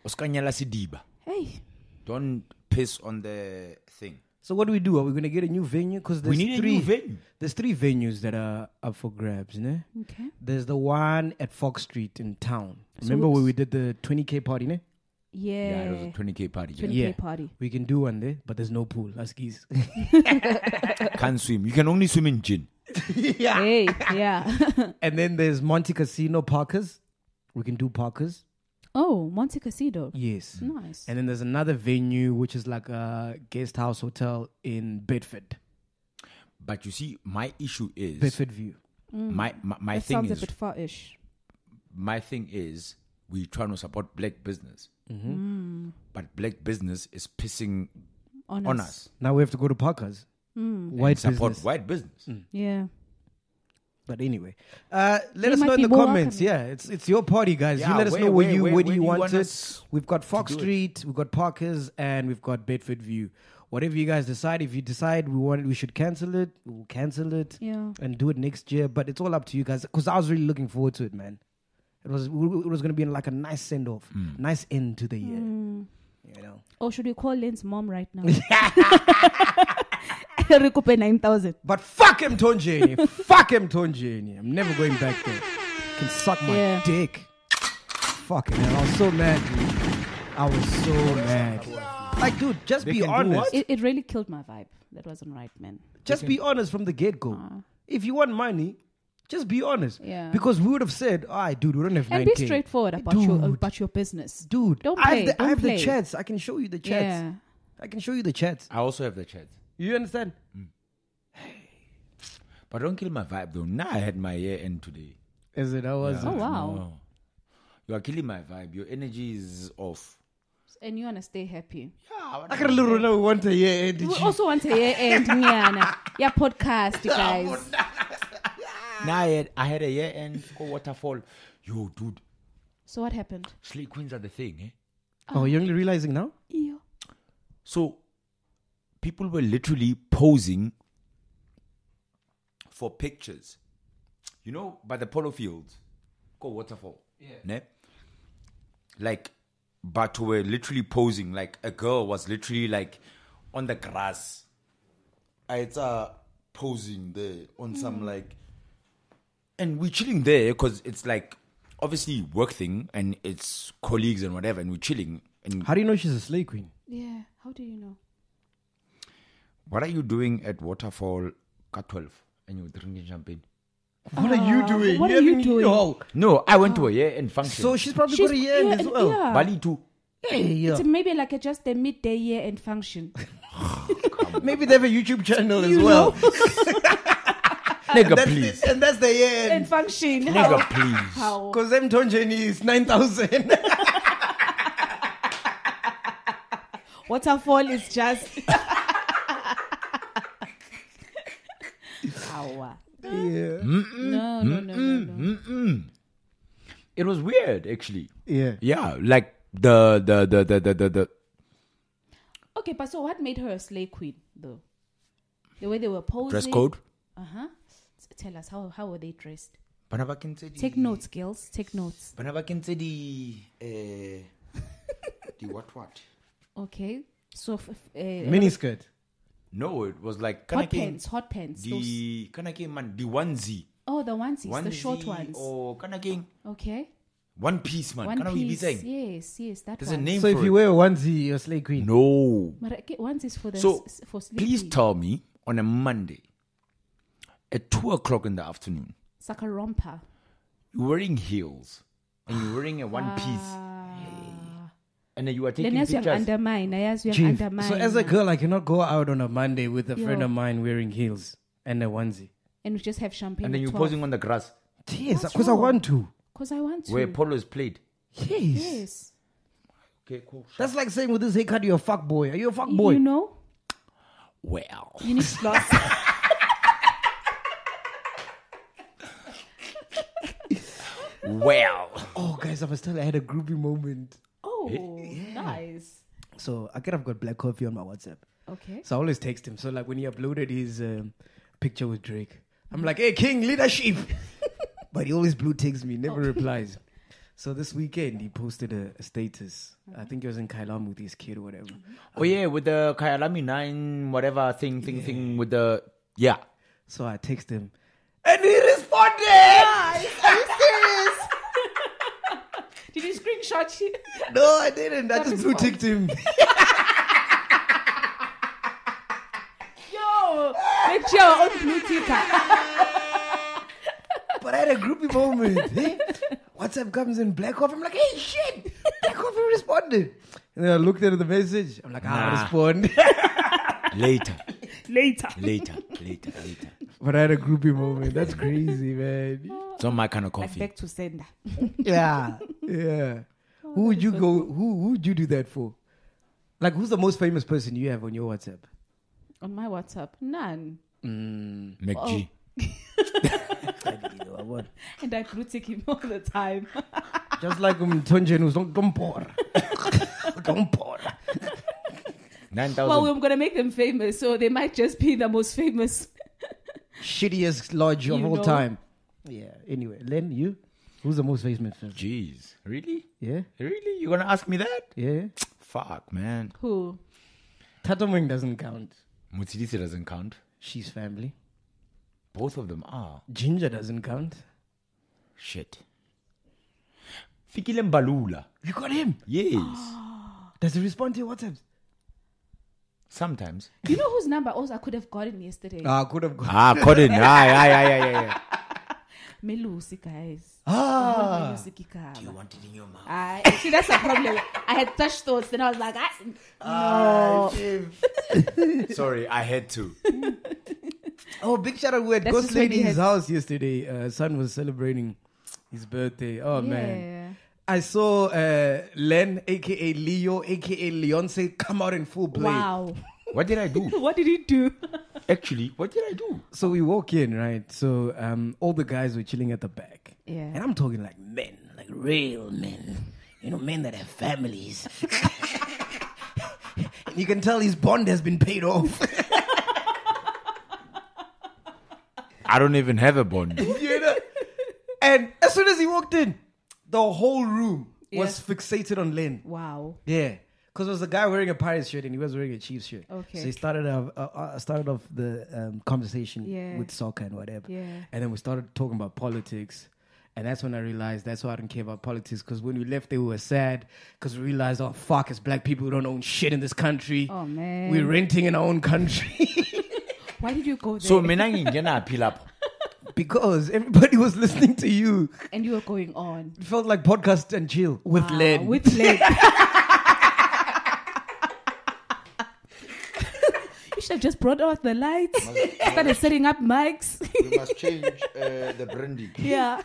Speaker 4: Oskanyala Sidiba.
Speaker 1: Hey,
Speaker 4: Don't piss on the thing.
Speaker 2: So what do we do? Are we going to get a new venue? Because
Speaker 4: We need a
Speaker 2: three,
Speaker 4: new venue.
Speaker 2: There's three venues that are up for grabs. Ne?
Speaker 1: okay.
Speaker 2: There's the one at Fox Street in town. Remember where we did the 20k party? Ne?
Speaker 1: Yeah.
Speaker 4: Yeah, it was a 20k party. Yeah.
Speaker 1: 20K party.
Speaker 2: We can do one there, but there's no pool. That's skis.
Speaker 4: Can't swim. You can only swim in gin.
Speaker 2: yeah.
Speaker 1: Hey, yeah.
Speaker 2: And then there's Monte Casino Parkers. We can do Parkers.
Speaker 1: oh, Monte Cassido.
Speaker 2: Yes.
Speaker 1: Nice.
Speaker 2: And then there's another venue which is like a guest house hotel in Bedford,
Speaker 4: But you see, my issue is
Speaker 2: Bedford View.
Speaker 4: my my, my
Speaker 1: Mm. that
Speaker 4: thing
Speaker 1: sounds
Speaker 4: is
Speaker 1: a bit far-ish.
Speaker 4: my thing is we trying to support black business,
Speaker 1: Mm.
Speaker 4: but black business is pissing
Speaker 1: On,
Speaker 4: on us.
Speaker 2: Now we have to go to Parkers. White
Speaker 4: support Mm.
Speaker 2: business.
Speaker 4: white business.
Speaker 1: Yeah.
Speaker 2: But anyway, uh, let
Speaker 1: They
Speaker 2: us know
Speaker 1: might
Speaker 2: in
Speaker 1: be
Speaker 2: the
Speaker 1: more
Speaker 2: comments.
Speaker 1: welcome.
Speaker 2: Yeah, it's it's your party, guys. you
Speaker 4: Yeah,
Speaker 2: let us
Speaker 4: where-
Speaker 2: know where,
Speaker 4: where-
Speaker 2: you
Speaker 4: where-
Speaker 2: where do
Speaker 4: where
Speaker 2: you
Speaker 4: do you
Speaker 2: want,
Speaker 4: want
Speaker 2: it.
Speaker 4: us
Speaker 2: We've got Fox
Speaker 4: do it?
Speaker 2: Street, we've got Parkers, and we've got Bedford View. Whatever you guys decide, if you decide we want it, we should cancel it. We'll cancel it.
Speaker 1: Yeah.
Speaker 2: And do it next year. But it's all up to you guys. Because I was really looking forward to it, man. It was it was going to be like a nice send off,
Speaker 4: Hmm.
Speaker 2: nice end to the year.
Speaker 1: Hmm.
Speaker 2: You know.
Speaker 1: Or Oh, should we call Lynn's mom right now? Recupe 9,000.
Speaker 2: But fuck him, Tonjani. fuck him, Tonjani. I'm never going back there. Can suck my
Speaker 1: Yeah.
Speaker 2: dick. Fuck it, man. I was so mad, dude. I was so mad. Like, dude, just be
Speaker 4: can do
Speaker 2: honest.
Speaker 4: what?
Speaker 1: It, it really killed my vibe. That wasn't right, man.
Speaker 2: Just be honest from the get go. If you want money, just be honest.
Speaker 1: Oh. Yeah.
Speaker 2: Because we would have said, all right, dude, we don't have
Speaker 1: And
Speaker 2: 9K.
Speaker 1: be straightforward about your
Speaker 2: Dude.
Speaker 1: about your business.
Speaker 2: Dude,
Speaker 1: don't
Speaker 2: I
Speaker 1: play.
Speaker 2: have, the,
Speaker 1: don't
Speaker 2: I have
Speaker 1: play.
Speaker 2: the chats. I can show you the chats.
Speaker 1: Yeah.
Speaker 2: I can show you the chats.
Speaker 4: I also have the chat.
Speaker 2: You understand?
Speaker 4: But don't kill my vibe though. Now I had my year end today.
Speaker 2: Is it? I was.
Speaker 1: Oh wow.
Speaker 4: No. You are killing my vibe. Your energy is off.
Speaker 1: And you wanna stay happy.
Speaker 4: Yeah,
Speaker 2: I got a little no one to hear.
Speaker 1: We also want a year end, Nyana. Yeah, podcast, you guys.
Speaker 4: now I had, I had a year end for waterfall. Yo, dude,
Speaker 1: So what happened?
Speaker 4: slay queens are the thing, eh?
Speaker 2: Oh, you're only realizing now?
Speaker 1: Ew.
Speaker 4: So people were literally posing for pictures. You know, by the polo field, go waterfall. Yeah. Ne? Like, but were literally posing. Like a girl was literally like on the grass. Ah, It's uh posing there on some like, and we're chilling there because it's like obviously work thing and it's colleagues and whatever, and we're chilling. And
Speaker 2: How do you know she's a slay queen?
Speaker 1: Yeah. How do you know?
Speaker 4: What are you doing at Waterfall at 12 and you're drinking champagne?
Speaker 2: What are you doing?
Speaker 1: Ah, what are you
Speaker 2: having-
Speaker 1: doing?
Speaker 2: Yo.
Speaker 4: No, I went to a year end function.
Speaker 2: So she's probably
Speaker 1: She's-
Speaker 2: got a yen
Speaker 1: yeah,
Speaker 2: as well.
Speaker 1: yeah.
Speaker 4: Bali too.
Speaker 2: Hey, yeah.
Speaker 1: It's maybe like a, just a midday year end function.
Speaker 2: Maybe they have a YouTube channel as
Speaker 1: You
Speaker 2: well.
Speaker 1: know?
Speaker 4: Nigga,
Speaker 2: That's-
Speaker 4: please.
Speaker 2: And that's the yen.
Speaker 1: and function.
Speaker 4: Nigga,
Speaker 1: How?
Speaker 4: please.
Speaker 1: how?
Speaker 2: Because them Tonjani is 9,000.
Speaker 1: Waterfall is just. Ow.
Speaker 2: yeah.
Speaker 1: No, no, no, no, no.
Speaker 4: It was weird, actually.
Speaker 2: Yeah.
Speaker 4: Yeah, like the, the, the, the, the, the, the
Speaker 1: Okay, but so what made her a slay queen, though? The way they were posing.
Speaker 4: dress code.
Speaker 1: Uh huh. Tell us how how were they dressed?
Speaker 4: Banaba Kentedi.
Speaker 1: Take notes, girls. Take notes.
Speaker 4: Banaba Kentedi. The eh, what what?
Speaker 1: Okay. So f- f- uh,
Speaker 2: Miniskirt.
Speaker 4: No, it was like.
Speaker 1: hot
Speaker 4: Kanake-
Speaker 1: pants, hot pants. Those,
Speaker 4: The Kanake man, the onesie.
Speaker 1: oh, the onesies, the short
Speaker 4: Onesie
Speaker 1: ones.
Speaker 4: Or Kanake.
Speaker 1: okay.
Speaker 4: One piece, man.
Speaker 1: One
Speaker 4: Kana we be
Speaker 1: piece.
Speaker 4: saying?
Speaker 1: Yes, yes, that
Speaker 4: There's a
Speaker 1: one.
Speaker 4: name
Speaker 2: So if
Speaker 4: for it.
Speaker 2: you wear a onesie, you're slay queen.
Speaker 4: no.
Speaker 1: But okay, ones is for the
Speaker 4: So
Speaker 1: s- for sleep.
Speaker 4: please tell me on a Monday at two o'clock in the afternoon,
Speaker 1: It's like a romper.
Speaker 4: you're wearing heels and you're wearing a one piece, and then you are taking
Speaker 1: Then as Ah. you
Speaker 4: pictures.
Speaker 1: undermine, as you
Speaker 2: Chief.
Speaker 1: undermine.
Speaker 2: So as a girl, I cannot go out on a Monday with a friend
Speaker 1: Yo.
Speaker 2: of mine wearing heels and a onesie.
Speaker 1: and we just have champagne.
Speaker 4: and then you're posing on the grass
Speaker 2: Yes,
Speaker 1: What's
Speaker 2: because I
Speaker 1: wrong?
Speaker 2: want to.
Speaker 1: Because I want to.
Speaker 4: where polo is played.
Speaker 2: Yes.
Speaker 1: yes.
Speaker 4: Okay, cool.
Speaker 2: That's like saying with this haircut, you're a fuck boy. Are you a fuck boy?
Speaker 1: You know,
Speaker 4: well,
Speaker 1: you need slots.
Speaker 4: well.
Speaker 2: Oh, guys, I must tell you, I had a groovy moment.
Speaker 1: oh, nice.
Speaker 2: So I could have got black coffee on my WhatsApp.
Speaker 1: Okay.
Speaker 2: So I always text him. So like when he uploaded his um, picture with Drake, I'm like, "Hey, King, leadership." but he always blue ticks me, never replies. So this weekend he posted a, a status. I think he was in Kailam with his kid or whatever.
Speaker 4: Oh yeah, with the Kyalami nine whatever thing thing thing with the yeah.
Speaker 2: So I text him, and he responded.
Speaker 1: Did you screenshot you?
Speaker 2: no, I didn't. I just blue ticked him.
Speaker 1: Yo, make sure your own blue ticker.
Speaker 2: but I had a groupie moment. eh? WhatsApp comes in black coffee. I'm like, "Hey, shit!" Black coffee responded. And then I looked at the message. I'm like, "I'll
Speaker 4: Nah.
Speaker 2: respond."
Speaker 4: Later,
Speaker 1: Later.
Speaker 4: later, later, later.
Speaker 2: but I had a groupie moment. That's crazy, man.
Speaker 4: It's not my kind of coffee.
Speaker 1: Back to sender.
Speaker 2: Yeah, yeah.
Speaker 1: Oh,
Speaker 2: who would you go? Who who would you do that for? Like, who's the most famous person you have on your WhatsApp?
Speaker 1: Oh. On my WhatsApp, none.
Speaker 4: McG.
Speaker 1: and I critique him all the time.
Speaker 2: Just like um, Mtonjen was don't don't pour. don't pour.
Speaker 4: Nine
Speaker 1: well,
Speaker 4: thousand.
Speaker 1: I'm gonna make them famous, so they might just be the most famous.
Speaker 2: Shittiest lodge of
Speaker 1: You
Speaker 2: all
Speaker 1: know.
Speaker 2: time. Yeah. Anyway, Len, you? Who's the most famous person?
Speaker 4: Jeez, really?
Speaker 2: Yeah?
Speaker 4: Really? You gonna ask me that?
Speaker 2: Yeah?
Speaker 4: Fuck, man.
Speaker 1: Who?
Speaker 2: Tatamwing doesn't count.
Speaker 4: Mutsidisi doesn't count.
Speaker 2: She's family.
Speaker 4: Both of them are
Speaker 2: Ginger doesn't count.
Speaker 4: shit. Fikile Mbalula.
Speaker 2: You got him.
Speaker 4: Yes.
Speaker 2: Does he respond to your WhatsApps?
Speaker 4: Sometimes.
Speaker 1: You know whose number also I could have gotten yesterday?
Speaker 2: Ah, could have got.
Speaker 4: Ah, Cotton. Aye, aye, aye, aye, aye, aye.
Speaker 1: Melusi, guys.
Speaker 2: Ah.
Speaker 1: Melusi kikama.
Speaker 4: Want it in your mouth.
Speaker 1: I see that's the problem. I had such thoughts, then I was like, "Ah, I, no.
Speaker 4: Sorry, I had to.
Speaker 2: Oh, big shout out. We had
Speaker 1: That's
Speaker 2: Ghost
Speaker 1: just when
Speaker 2: Lady
Speaker 1: you
Speaker 2: in his
Speaker 1: had-
Speaker 2: house yesterday. Uh, son was celebrating his birthday. Oh,
Speaker 1: Yeah.
Speaker 2: man. I saw uh, Len, aka Leo, aka Leonce, come out in full play.
Speaker 1: Wow.
Speaker 4: What did I do?
Speaker 1: what did he do?
Speaker 4: Actually, what did I do?
Speaker 2: So we walk in, right? So um, all the guys were chilling at the back.
Speaker 1: Yeah.
Speaker 2: And I'm talking like men, like real men. You know, men that have families. and you can tell his bond has been paid off.
Speaker 4: I don't even have a bond.
Speaker 2: you know? And as soon as he walked in, the whole room was
Speaker 1: Yeah.
Speaker 2: fixated on Len.
Speaker 1: Wow.
Speaker 2: Yeah. Because it was a guy wearing a Pirates shirt and he was wearing a Chiefs shirt.
Speaker 1: Okay.
Speaker 2: So he started off, uh, uh, started off the um, conversation
Speaker 1: Yeah.
Speaker 2: with soccer and whatever.
Speaker 1: Yeah.
Speaker 2: And then we started talking about politics. And that's when I realized that's why I didn't care about politics. Because when we left, they were sad. Because we realized, oh, fuck, it's black people who don't own shit in this country.
Speaker 1: Oh, man.
Speaker 2: We're renting in our own country.
Speaker 1: Why did you go there?
Speaker 4: so mina ngingena aphi lapho.
Speaker 2: because everybody was listening to you.
Speaker 1: and you were going on.
Speaker 2: It felt like podcast and chill with
Speaker 1: Wow,
Speaker 2: Len.
Speaker 1: Ah, With lead. Ah, you should have just brought out the lights, started setting up mics.
Speaker 4: We must change uh, the branding.
Speaker 1: yeah.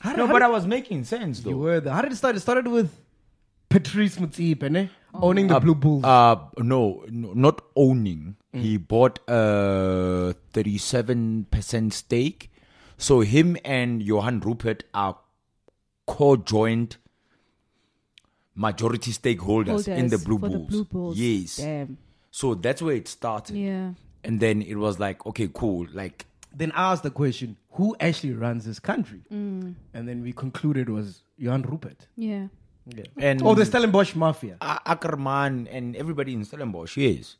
Speaker 2: How
Speaker 4: No,
Speaker 2: did-
Speaker 4: but I was making sense
Speaker 2: You
Speaker 4: though.
Speaker 2: were there. How did it start? It started with Patrice Mutip, eh?
Speaker 1: Oh,
Speaker 2: Owning the Blue Bulls. Mm.
Speaker 4: Uh, no, no, not owning. He bought a thirty-seven percent stake. So him and Johan Rupert are co-joint majority stakeholders in the
Speaker 1: Holders
Speaker 4: Blue
Speaker 1: for
Speaker 4: Bulls.
Speaker 1: The Blue Bulls.
Speaker 4: Yes.
Speaker 1: Damn.
Speaker 4: So that's where it started.
Speaker 1: Yeah.
Speaker 4: And then it was like, okay, cool. Like
Speaker 2: then I asked the question, who actually runs this country?
Speaker 4: Mm.
Speaker 2: And then we concluded it was Johan Rupert.
Speaker 1: Yeah.
Speaker 4: and
Speaker 2: Oh, the Stellenbosch Mafia.
Speaker 4: A- Ackerman and everybody in Stellenbosch. Yes.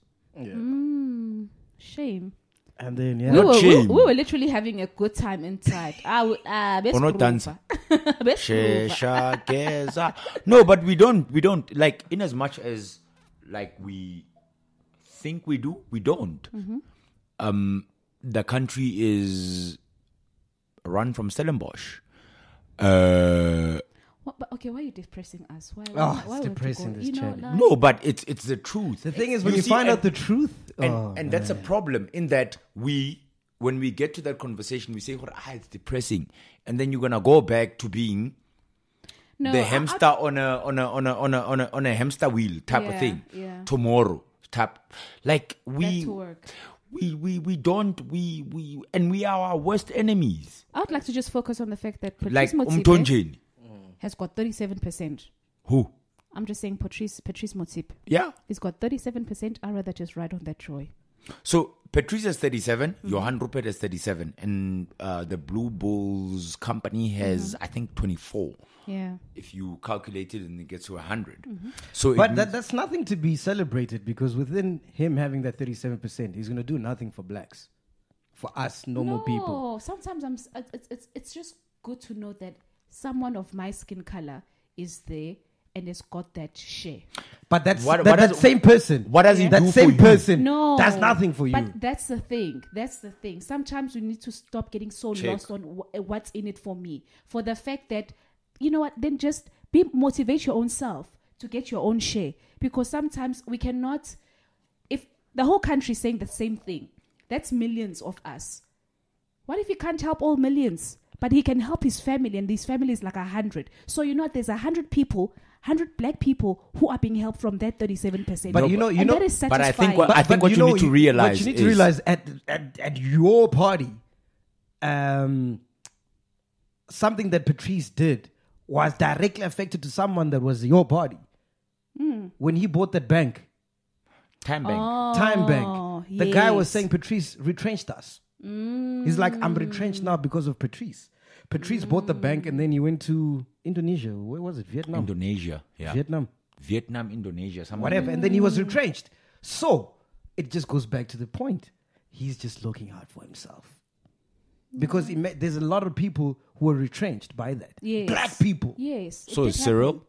Speaker 1: Shame.
Speaker 2: And then, yeah.
Speaker 1: we were, we-
Speaker 4: shame.
Speaker 1: We, were literally having a good time inside. I would, uh, best
Speaker 4: Or not
Speaker 1: groove.
Speaker 4: dancing.
Speaker 1: best groove.
Speaker 4: Shesha Geza. No, but we don't. We don't like in as much as like we think we do. We don't. Um, the country is run from Stellenbosch. Uh,
Speaker 1: What, but okay, why are you depressing us? Why?
Speaker 2: Oh,
Speaker 4: Ah,
Speaker 1: why,
Speaker 2: it's
Speaker 1: why would you
Speaker 2: depressing,
Speaker 1: go-
Speaker 2: this
Speaker 1: you know,
Speaker 2: chat.
Speaker 1: like-
Speaker 4: no, but it's it's the truth.
Speaker 2: the thing is, when you,
Speaker 4: see,
Speaker 2: find
Speaker 4: and-
Speaker 2: out the truth,
Speaker 4: and
Speaker 2: oh,
Speaker 4: and that's a problem in that we when we get to that conversation we say ah, it's depressing and then you're gonna go back to being
Speaker 1: no,
Speaker 4: the
Speaker 1: I- I-
Speaker 4: hamster on a on a on a on a on a, on a hamster wheel type of
Speaker 1: Yeah,
Speaker 4: thing
Speaker 1: yeah.
Speaker 4: tomorrow type like we
Speaker 1: to work.
Speaker 4: we we we don't we we and we are our worst enemies
Speaker 1: I would like to just focus on the fact that
Speaker 4: like
Speaker 1: Patrice Motsipe
Speaker 4: umtonjeni
Speaker 1: has got 37%.
Speaker 4: who
Speaker 1: I'm just saying Patrice Patrice Motsipe.
Speaker 4: yeah
Speaker 1: He's got 37%. I'd rather just ride on that troy.
Speaker 4: so Patrice is 37,
Speaker 1: Mm-hmm.
Speaker 4: Johan Rupert is 37, and uh, the Blue Bulls company has,
Speaker 1: Mm-hmm.
Speaker 4: I think, 24.
Speaker 1: Yeah.
Speaker 4: if you calculate it and it gets to 100.
Speaker 1: Mm-hmm.
Speaker 4: So
Speaker 2: But
Speaker 4: it
Speaker 2: that,
Speaker 4: means-
Speaker 2: that's nothing to be celebrated because within him having that 37%, he's going to do nothing for blacks, for us normal people.
Speaker 1: No, sometimes I'm. s- it- It's, it's it's just good to know that someone of my skin color is there and has got that share.
Speaker 2: But that's,
Speaker 4: What-
Speaker 2: that,
Speaker 4: what
Speaker 2: that
Speaker 4: does-
Speaker 2: same person.
Speaker 4: what does he
Speaker 2: That
Speaker 4: do for
Speaker 2: same
Speaker 4: you?
Speaker 2: person.
Speaker 1: No,
Speaker 2: That's nothing for you.
Speaker 1: But that's the thing. That's the thing. Sometimes we need to stop getting so
Speaker 4: Check.
Speaker 1: lost on w- what's in it for me. For the fact that you know what, then just be motivate your own self to get your own share. Because sometimes we cannot. If the whole country is saying the same thing, that's millions of us. What if he can't help all millions, but he can help his family, and his family is like a hundred? So you know what? There's a hundred people. 100 black people who are being helped from that 37%.
Speaker 2: But you know- you
Speaker 1: And
Speaker 2: know-
Speaker 1: that is
Speaker 4: But I think
Speaker 1: satisfying.
Speaker 4: what- I think what you need to
Speaker 2: what
Speaker 4: realize
Speaker 2: you need
Speaker 4: is-
Speaker 2: to realize at, at at your party, um, something that Patrice did was directly affected to someone that was your body.
Speaker 1: Hmm.
Speaker 2: When he bought that bank,
Speaker 4: Time bank.
Speaker 2: Time
Speaker 1: Oh,
Speaker 2: Bank, the guy was
Speaker 1: yes. Hmm.
Speaker 2: saying Patrice retrenched us. He's like, I'm retrenched now because of Patrice. Patrice bought the
Speaker 1: Hmm.
Speaker 2: bank and then he went to Indonesia. Where was it? Vietnam.
Speaker 4: Indonesia. Yeah.
Speaker 2: Vietnam.
Speaker 4: Vietnam, Indonesia, somewhere.
Speaker 2: Whatever. And then he was retrenched. So it just goes back to the point. He's just looking out for himself. Because it ma- there's a lot of people who were retrenched by that.
Speaker 1: Yes.
Speaker 2: Black people.
Speaker 1: Yes. it
Speaker 4: So
Speaker 1: did
Speaker 4: is Cyril.
Speaker 1: happen.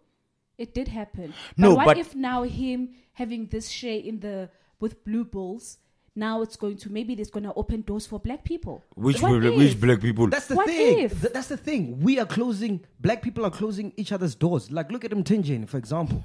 Speaker 1: It did happen.
Speaker 4: No,
Speaker 1: but what
Speaker 4: but-
Speaker 1: if now him having this share in the with Blue Bulls, now it's going to maybe there's going to open doors for black people.
Speaker 4: Which
Speaker 1: What
Speaker 4: will-
Speaker 1: if?
Speaker 4: which black people?
Speaker 2: That's the
Speaker 1: What
Speaker 2: thing.
Speaker 1: if?
Speaker 2: Th- that's the thing. We are closing. Black people are closing each other's doors. Like look at Mtinjane, for example.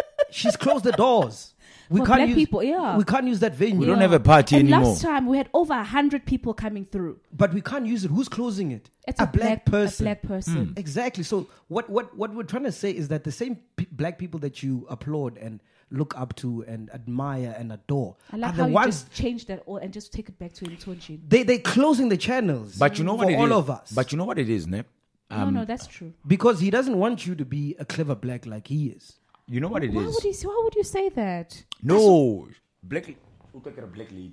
Speaker 2: She's closed the doors. We
Speaker 1: For
Speaker 2: can't
Speaker 1: black
Speaker 2: use
Speaker 1: people, yeah.
Speaker 2: We can't use that venue.
Speaker 4: We don't have a party
Speaker 1: and
Speaker 4: anymore.
Speaker 1: Last time we had over hundred people coming through.
Speaker 2: but we can't use it. Who's closing it?
Speaker 1: It's a, black A black person.
Speaker 4: Hmm.
Speaker 2: Exactly. So what what what we're trying to say is that the same pe- black people that you applaud and look up to and admire and adore
Speaker 1: I like
Speaker 2: are
Speaker 1: how
Speaker 2: the
Speaker 1: you
Speaker 2: ones
Speaker 1: just change that all and just take it back to Intonji.
Speaker 2: they they're closing the channels.
Speaker 4: But you know what
Speaker 2: for
Speaker 4: it
Speaker 2: all
Speaker 4: is-
Speaker 2: of us.
Speaker 4: But you know what it is, ne? Um,
Speaker 1: no, no, that's true.
Speaker 2: because he doesn't want you to be a clever black like he is.
Speaker 4: You know what it
Speaker 1: Why
Speaker 4: is.
Speaker 1: would you? Why would you say that?
Speaker 4: No, black. Who took a black lady?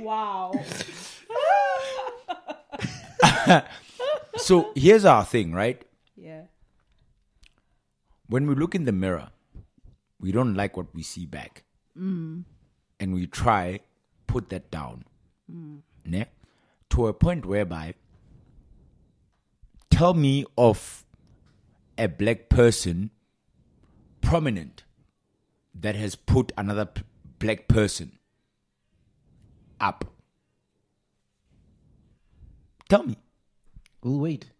Speaker 1: Wow.
Speaker 4: So here's our thing, right?
Speaker 1: yeah.
Speaker 4: When we look in the mirror, we don't like what we see back,
Speaker 1: Mm.
Speaker 4: and we try put that down,
Speaker 1: Mm.
Speaker 4: ne? To a point whereby, tell me of a black person prominent that has put another p- black person up. Tell me.
Speaker 2: We'll wait.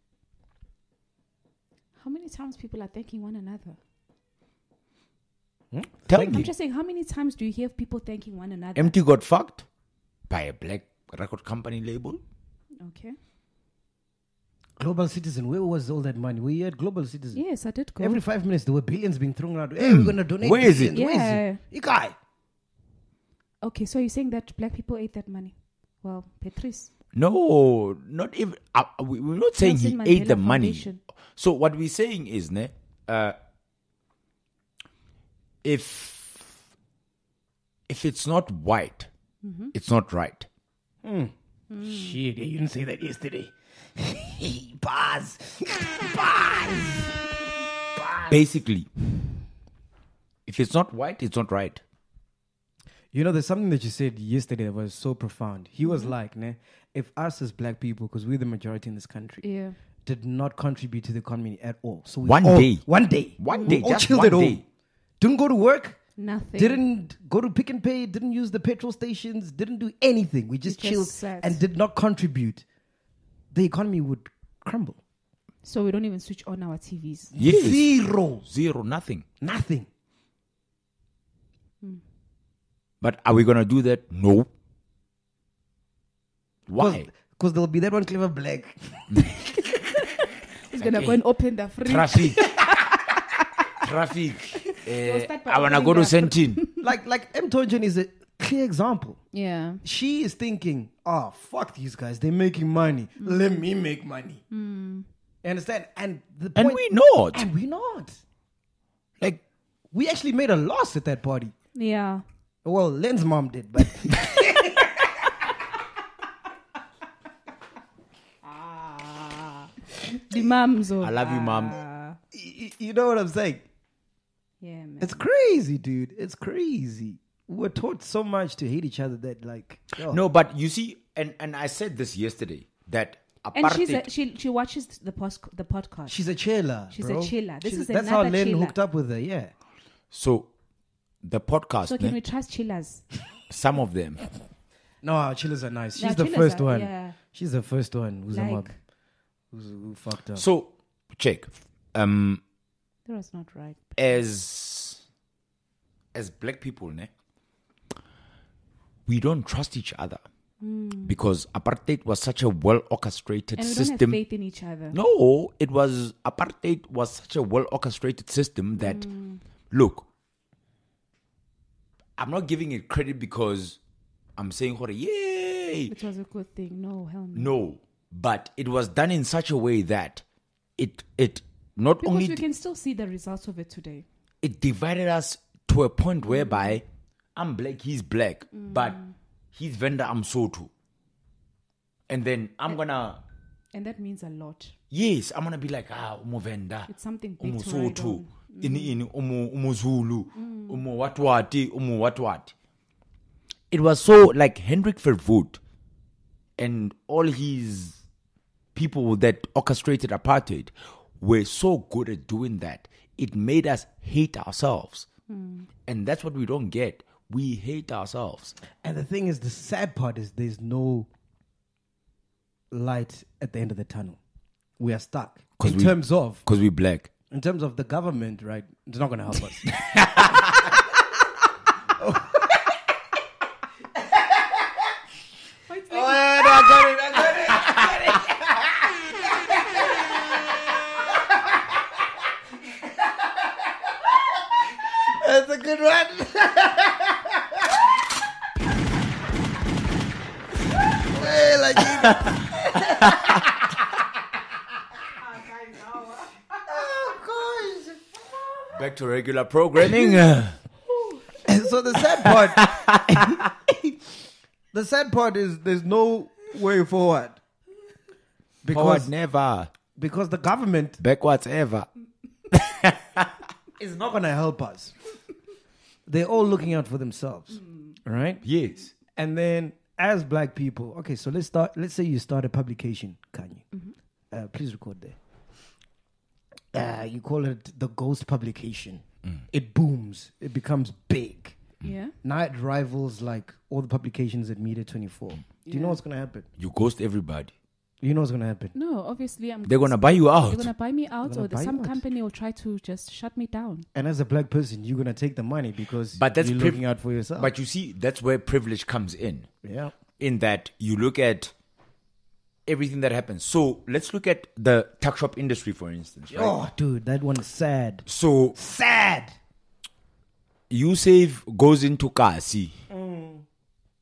Speaker 1: How many times people are thanking one another?
Speaker 4: Tell
Speaker 2: Thank
Speaker 4: me.
Speaker 1: I'm just saying, how many times do you hear people thanking one another?
Speaker 4: MT got fucked by a black record company label.
Speaker 1: okay.
Speaker 2: Global Citizen, where was all that money? We had Global Citizen.
Speaker 1: Yes, I did go.
Speaker 2: Every five minutes, there were billions being thrown out. Hey, we're going to donate.
Speaker 4: Where is it?
Speaker 2: billions. Where is it? Ikai.
Speaker 1: okay, so you're saying that black people ate that money? Well, Patrice.
Speaker 4: No, not even. Uh, we, we're not saying he
Speaker 1: Nelson
Speaker 4: ate the
Speaker 1: Mandela
Speaker 4: money.
Speaker 1: Foundation.
Speaker 4: So what we're saying is, ne, uh, if if it's not white, it's not right.
Speaker 2: Shit, you didn't say that yesterday. Buzz. Buzz.
Speaker 4: Basically, if it's not white, it's not right.
Speaker 2: You know, there's something that you said yesterday that was so profound. He
Speaker 1: Mm-hmm.
Speaker 2: was like, nah, if us as black people, because we're the majority in this country,
Speaker 1: Yeah.
Speaker 2: did not contribute to the economy at all. So we
Speaker 4: One
Speaker 2: all-
Speaker 4: day.
Speaker 2: One day.
Speaker 4: One day,
Speaker 2: All
Speaker 4: just
Speaker 2: chilled
Speaker 4: one
Speaker 2: at home.
Speaker 4: day.
Speaker 2: Didn't go to work.
Speaker 1: Nothing.
Speaker 2: Didn't go to pick and pay, didn't use the petrol stations, didn't do anything. We just
Speaker 1: just
Speaker 2: chilled
Speaker 1: sat.
Speaker 2: and did not contribute. The economy would crumble.
Speaker 1: So we don't even switch on our TVs.
Speaker 4: Yes.
Speaker 2: Zero.
Speaker 4: Zero, nothing.
Speaker 2: Nothing.
Speaker 4: But are we gonna do that? No. Why?
Speaker 2: Because there'll be that one clever black.
Speaker 1: He's gonna go and open the fridge.
Speaker 4: Traffic. Traffic. Eh,
Speaker 1: start by
Speaker 4: I wanna
Speaker 1: opening
Speaker 4: go to
Speaker 1: the-
Speaker 4: Sentin.
Speaker 2: like like M. Tojan is a clear example.
Speaker 1: Yeah.
Speaker 2: She is thinking, oh fuck these guys, they're making money. Let me make money.
Speaker 1: Hmm.
Speaker 2: You understand? And the
Speaker 4: And
Speaker 2: point
Speaker 4: we not.
Speaker 2: And we not.
Speaker 4: Like
Speaker 2: We actually made a loss at that party.
Speaker 1: Yeah.
Speaker 2: Well, Len's mom did, but
Speaker 1: The mums. Or,
Speaker 4: I love you, mom.
Speaker 2: y- you know what I'm saying?
Speaker 1: Yeah, man.
Speaker 2: It's crazy, dude. It's crazy. We're taught so much to hate each other that like yo,
Speaker 4: No, but you see, and and I said this yesterday that
Speaker 1: And she's a,
Speaker 4: apartheid.
Speaker 1: she she watches the post, the podcast.
Speaker 2: she's a chiller.
Speaker 1: She's a
Speaker 2: bro.
Speaker 1: chiller. This is
Speaker 2: that's how
Speaker 1: another
Speaker 2: Len
Speaker 1: chiller.
Speaker 2: hooked up with her. Yeah.
Speaker 4: so the podcast,
Speaker 1: so can
Speaker 4: ne,
Speaker 1: we trust chillers?
Speaker 4: some of them,
Speaker 2: No, our chillers are nice. She's
Speaker 1: Yeah,
Speaker 2: the
Speaker 1: chillers
Speaker 2: first
Speaker 1: are-
Speaker 2: one.
Speaker 1: yeah.
Speaker 2: She's the first one who's a mob,
Speaker 1: Like
Speaker 2: who's who fucked up.
Speaker 4: So check. Um,
Speaker 1: that was not right.
Speaker 4: as as black people, ne, we don't trust each other because apartheid was such a well orchestrated
Speaker 1: Hmm. And we don't have
Speaker 4: system.
Speaker 1: faith in each other.
Speaker 4: No, it was apartheid
Speaker 1: Mm.
Speaker 4: was such a well orchestrated system that look, I'm not giving it credit because I'm saying, "Hore, yay!"
Speaker 1: It was a good thing. No, hell no.
Speaker 4: No, but it was done in such a way that it it not
Speaker 1: Because
Speaker 4: only
Speaker 1: we
Speaker 4: d-
Speaker 1: can still see the results of it today.
Speaker 4: it divided us to a point whereby
Speaker 1: Mm.
Speaker 4: I'm black, he's black, but he's vendor, I'm so too. And then
Speaker 1: Eh,
Speaker 4: I'm gonna
Speaker 1: And that means a lot.
Speaker 4: yes, I'm gonna be like ah umu vendor,
Speaker 1: It's something big
Speaker 4: umu
Speaker 1: to ride
Speaker 4: Sotho,
Speaker 1: on. Mm.
Speaker 4: ini ini umu umu Zulu, umu what what umu what what. It was so like Hendrik Verwoerd and all his people that orchestrated apartheid were so good at doing that. It made us hate ourselves.
Speaker 1: Mm.
Speaker 4: And that's what we don't get. We hate ourselves.
Speaker 2: And the thing is, the sad part is there's no light at the end of the tunnel. We are stuck
Speaker 4: 'Cause
Speaker 2: in
Speaker 4: we-
Speaker 2: terms of
Speaker 4: Because we're black.
Speaker 2: in terms of the government, right? It's not going to help us.
Speaker 4: That's a good one. Back to regular programming.
Speaker 2: so the sad part, the sad part is there's no way forward because
Speaker 4: Forward never.
Speaker 2: because the government
Speaker 4: Backwards ever.
Speaker 2: is not going to help us. They're all looking out for themselves, right?
Speaker 4: Yes.
Speaker 2: And then as black people, okay, so let's start. Let's say you start a publication, Kanye. Uh, please record there. Uh, you call it the Ghost Publication.
Speaker 4: Mm.
Speaker 2: It booms. It becomes big.
Speaker 1: Yeah.
Speaker 2: Now it rivals like all the publications at Media 24. Do you know what's gonna happen?
Speaker 4: You ghost everybody.
Speaker 2: You know what's gonna happen.
Speaker 1: No, obviously I'm.
Speaker 4: They're gonna buy you
Speaker 1: They're
Speaker 4: out.
Speaker 1: gonna buy me out,
Speaker 2: gonna
Speaker 1: or the,
Speaker 2: buy you
Speaker 1: some
Speaker 2: out.
Speaker 1: company will try to just shut me down.
Speaker 2: And as a black person, you're gonna take the money because
Speaker 4: But that's
Speaker 2: you're
Speaker 4: priv-
Speaker 2: looking out for yourself.
Speaker 4: But you see, that's where privilege comes in.
Speaker 2: yeah,
Speaker 4: in that you look at everything that happens. So let's look at the tuck shop industry, for instance. Right?
Speaker 2: oh, dude, that one is sad.
Speaker 4: So
Speaker 2: Sad.
Speaker 4: you save goes into Kasi.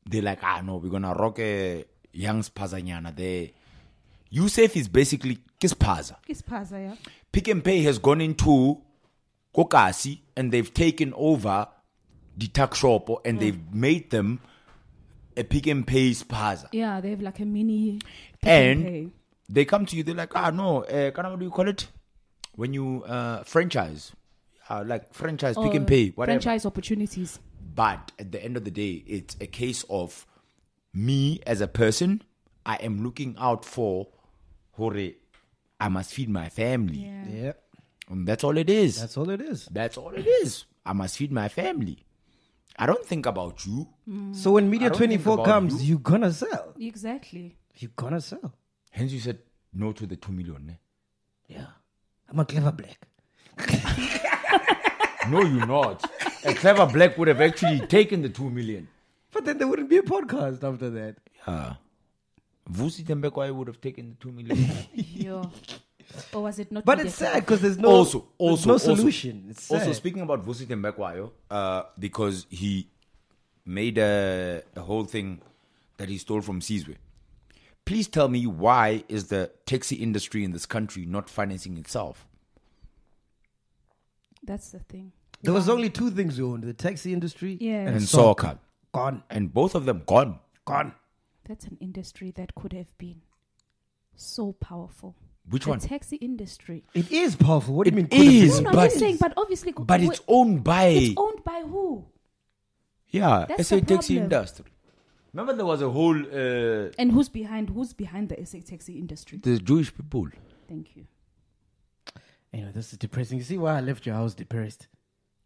Speaker 4: They're like, ah, no, we're gonna rock a young Spazanyana there. You save is basically Kispaza. Pick and Pay has gone into Kokasi and they've taken over the tuck shop and they've made them a Pick and Pay Spaza.
Speaker 1: Yeah, they have like a mini. pick
Speaker 4: and
Speaker 1: pay.
Speaker 4: they come to you they're like ah no uh, kind of what do you call it when you uh, franchise uh, like franchise pick
Speaker 1: Or
Speaker 4: and pay whatever
Speaker 1: Oh, franchise opportunities.
Speaker 4: but at the end of the day it's a case of me as a person i am looking out for hore i must feed my family
Speaker 2: Yeah,
Speaker 4: and that's all it is
Speaker 2: that's all it is.
Speaker 4: that's all it is i must feed my family i don't think about you
Speaker 2: So when Media
Speaker 4: don't think
Speaker 2: 24
Speaker 4: about
Speaker 2: comes,
Speaker 4: you.
Speaker 2: you. are gonna sell.
Speaker 1: Exactly.
Speaker 2: You're gonna sell.
Speaker 4: hence you said no to the 2 million eh? ne?
Speaker 2: Yeah, I'm a clever black.
Speaker 4: No, you're not. A clever black would have actually taken the two million.
Speaker 2: But then there wouldn't be a podcast after that.
Speaker 4: Yeah. Vusi Tembekwai would have taken the two million.
Speaker 1: Yeah. or was it not?
Speaker 2: But
Speaker 1: media
Speaker 2: it's sad because there's no
Speaker 4: also,
Speaker 2: there's
Speaker 4: also,
Speaker 2: no
Speaker 4: also-
Speaker 2: solution. it's sad.
Speaker 4: Also, speaking about Vusi Tembekwayo, uh, because he made a, a whole thing that he stole from Sizwe. Please tell me why is the taxi industry in this country not financing itself?
Speaker 1: That's the thing.
Speaker 2: there was only two things we owned: the taxi industry
Speaker 1: Yeah.
Speaker 4: And
Speaker 2: soccer.
Speaker 4: soccer.
Speaker 2: Gone,
Speaker 4: And both of them gone.
Speaker 2: gone.
Speaker 1: That's an industry that could have been so powerful.
Speaker 4: Which
Speaker 1: the
Speaker 4: one?
Speaker 1: taxi industry.
Speaker 2: It is powerful. What do you mean?
Speaker 4: It
Speaker 2: could have been?
Speaker 4: is,
Speaker 1: No, no, I'm
Speaker 4: but-
Speaker 1: just saying. But obviously,
Speaker 4: But it's
Speaker 1: wh-
Speaker 4: owned by
Speaker 1: it's owned by who?
Speaker 4: yeah,
Speaker 1: That's
Speaker 4: SA
Speaker 1: the
Speaker 4: taxi
Speaker 1: problem.
Speaker 4: industry. Remember, there was a whole uh,
Speaker 1: And who's behind? Who's behind the SA taxi industry?
Speaker 4: the Jewish people.
Speaker 1: Thank you.
Speaker 2: You know, this is depressing. You see why I left your house depressed.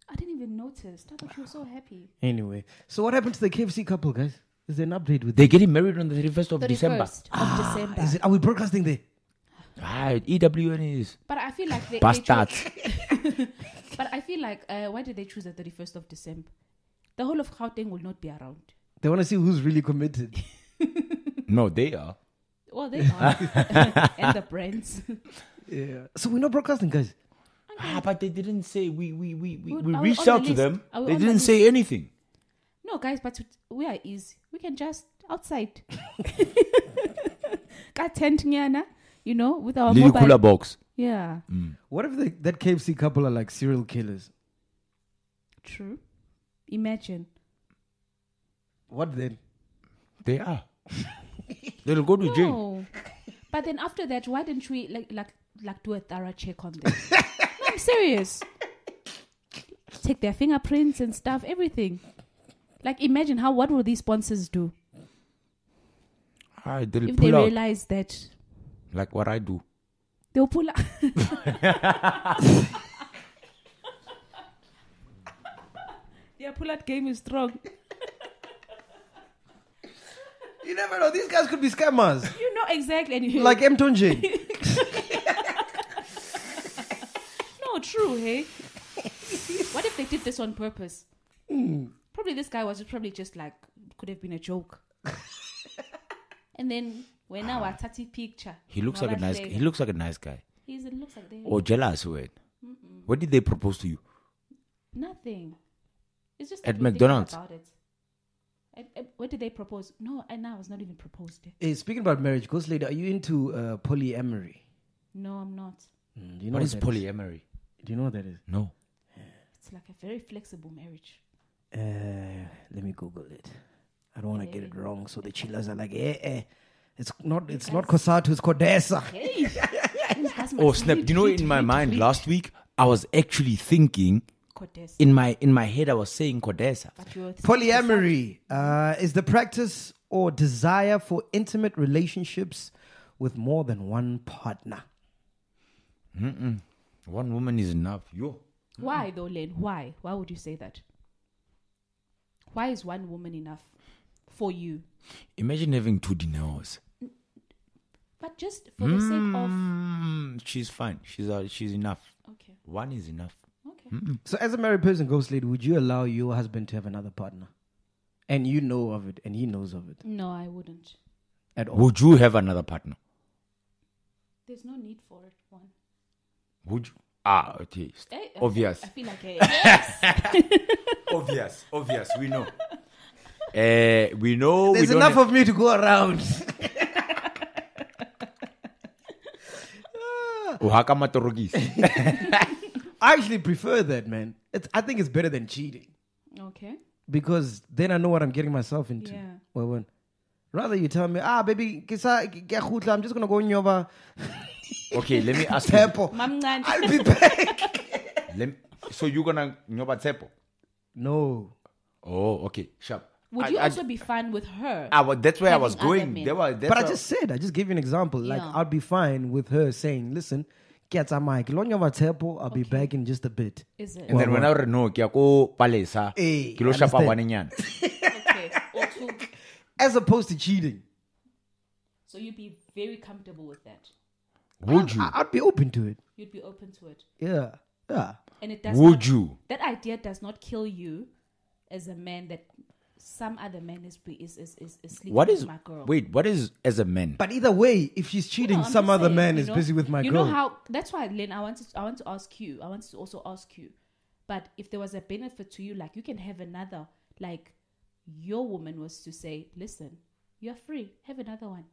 Speaker 1: I didn't even notice. I thought you were so happy.
Speaker 2: Anyway, so what happened to the KFC couple, guys? Is there an update with
Speaker 4: They're getting married on the 31st of December.
Speaker 1: 31st of December.
Speaker 2: them? Is it? Are we broadcasting there?
Speaker 4: Right, EWN is.
Speaker 1: But I feel like they, they
Speaker 4: Bastards.
Speaker 1: chose- but I feel like uh, why did they choose the thirty first of December? The whole of Gauteng will not be around.
Speaker 2: They want to see who's really committed.
Speaker 4: No, they are.
Speaker 1: Well, they are, and the brands.
Speaker 2: yeah. So we're not broadcasting, guys.
Speaker 4: Ah, but they didn't say we we we we,
Speaker 1: Good.
Speaker 4: we
Speaker 1: Are we
Speaker 4: reached
Speaker 1: on
Speaker 4: out
Speaker 1: the
Speaker 4: to
Speaker 1: list?
Speaker 4: them.
Speaker 1: Are we
Speaker 4: They
Speaker 1: on the
Speaker 4: didn't say anything.
Speaker 1: No, guys, but we are easy. We can just outside. Ka tent nyana, you know, with our
Speaker 4: Little cooler
Speaker 1: mobile.
Speaker 4: box.
Speaker 1: Yeah,
Speaker 2: What if they, that KFC couple are like serial killers?
Speaker 1: true. Imagine.
Speaker 2: What then?
Speaker 4: They are. They'll go to jail.
Speaker 1: No. But then after that, why didn't we like like like do a thorough check on them? no, I'm serious. Take their fingerprints and stuff, everything. Like imagine how what will these sponsors do
Speaker 4: All right, Ah, they'll
Speaker 1: if they
Speaker 4: pull out
Speaker 1: realize that
Speaker 4: like what I do.
Speaker 1: they'll pull out Their pull out game is strong.
Speaker 2: You never know. These guys could be scammers.
Speaker 1: You know exactly and you
Speaker 2: like M. Tonje.
Speaker 1: No, true, hey. what if they did this on purpose? Probably this guy was probably just like could have been a joke. and then when now a tatty picture.
Speaker 4: He looks like a nice. He looks like a nice guy.
Speaker 1: He's, he looks like they
Speaker 4: Or jealous, wait. What did they propose to you?
Speaker 1: nothing. It's just
Speaker 4: At
Speaker 1: like we think
Speaker 4: McDonald's?
Speaker 1: About it. And- and what did they propose? No, and now it's not even proposed.
Speaker 2: hey, speaking about marriage, Ghost Lady, are you into uh, polyamory?
Speaker 1: No, I'm not.
Speaker 2: Mm, do you know
Speaker 4: What is
Speaker 2: that
Speaker 4: polyamory?
Speaker 2: Do you know what that is?
Speaker 4: No.
Speaker 1: It's like a very flexible marriage.
Speaker 2: Uh, let me Google it. I don't want to get it wrong. So the chillers are like, eh, eh. It's not. It's not Kosatu. It's Kodesa.
Speaker 1: Hey,
Speaker 4: Oh snap! You know, in my mind last week, I was actually thinking in my in my head. I was saying Codesa.
Speaker 2: Polyamory uh, is the practice or desire for intimate relationships with more than one partner.
Speaker 4: One woman is enough. Yo,
Speaker 1: Why though, Len? Why? Why would you say that? Why is one woman enough for you?
Speaker 4: imagine having two dinners.
Speaker 1: But just for the sake
Speaker 4: Mm, she's fine. She's uh, she's enough.
Speaker 1: of okay,
Speaker 4: One is enough.
Speaker 1: okay.
Speaker 2: So, as a married person, Ghost Lady, would you allow your husband to have another partner? And you know of it, and he knows of it
Speaker 1: No, I wouldn't. Oh.
Speaker 2: at all.
Speaker 4: Would you have another partner?
Speaker 1: There's no need for it. One.
Speaker 4: Would you? Ah, okay.
Speaker 1: Eh, I-
Speaker 4: Obvious.
Speaker 1: I feel like a, yes.
Speaker 4: obvious. Obvious. We know. Uh, we know. we
Speaker 2: There's
Speaker 4: don't
Speaker 2: enough
Speaker 4: have-
Speaker 2: of me to go around.
Speaker 4: Uhakama torogisi.
Speaker 2: I actually prefer that, man. It's, I think it's better than cheating
Speaker 1: Okay.
Speaker 2: because then I know what I'm getting myself into.
Speaker 1: Yeah.
Speaker 2: Well, when, rather you tell me, ah, baby, kisa, ke- kiyakutla, I'm just gonna go in your
Speaker 4: okay, let me ask you.
Speaker 2: temple.
Speaker 1: Mamncane.
Speaker 2: I'll be back.
Speaker 4: Lem- so you're gonna nyoba tsepo?
Speaker 2: No.
Speaker 4: Oh, okay, sharp.
Speaker 1: Would
Speaker 4: I-
Speaker 1: you
Speaker 4: I-
Speaker 1: also be fine with her?
Speaker 4: I wa- that's where I
Speaker 1: having
Speaker 4: was
Speaker 1: other
Speaker 4: going.
Speaker 1: men?
Speaker 4: There was, that's
Speaker 2: But I
Speaker 4: why-
Speaker 2: just said, I just gave you an example. Like,
Speaker 1: Yeah.
Speaker 2: I'd be fine with her saying, listen, get a mic. I'll be back in just a bit.
Speaker 1: Is it
Speaker 4: And then when I read no, kia ko palesa,
Speaker 2: Eh,
Speaker 4: kilo shapa
Speaker 2: understand.
Speaker 4: wanenyana.
Speaker 1: okay? Or two.
Speaker 2: As opposed to cheating,
Speaker 1: So you'd be very comfortable with that.
Speaker 4: Would you?
Speaker 2: I- I'd be open to it.
Speaker 1: You'd be open to it,
Speaker 2: Yeah. Yeah.
Speaker 1: and it does.
Speaker 4: Would
Speaker 1: not-
Speaker 4: you?
Speaker 1: That idea does not kill you, as a man. That some other man is is is is, is sleeping
Speaker 4: What
Speaker 1: with
Speaker 4: is?
Speaker 1: my girl.
Speaker 4: Wait, what is as a man?
Speaker 2: But either way, if she's cheating,
Speaker 1: No, I'm
Speaker 2: some
Speaker 1: just
Speaker 2: other
Speaker 1: saying,
Speaker 2: man
Speaker 1: you
Speaker 2: is
Speaker 1: know-
Speaker 2: busy with my
Speaker 1: you
Speaker 2: girl.
Speaker 1: know how? That's why, Lynn. I wanted. I want to ask you. I wanted to also ask you. But if there was a benefit to you, like you can have another. Like your woman was to say, "Listen, you're free. Have another one."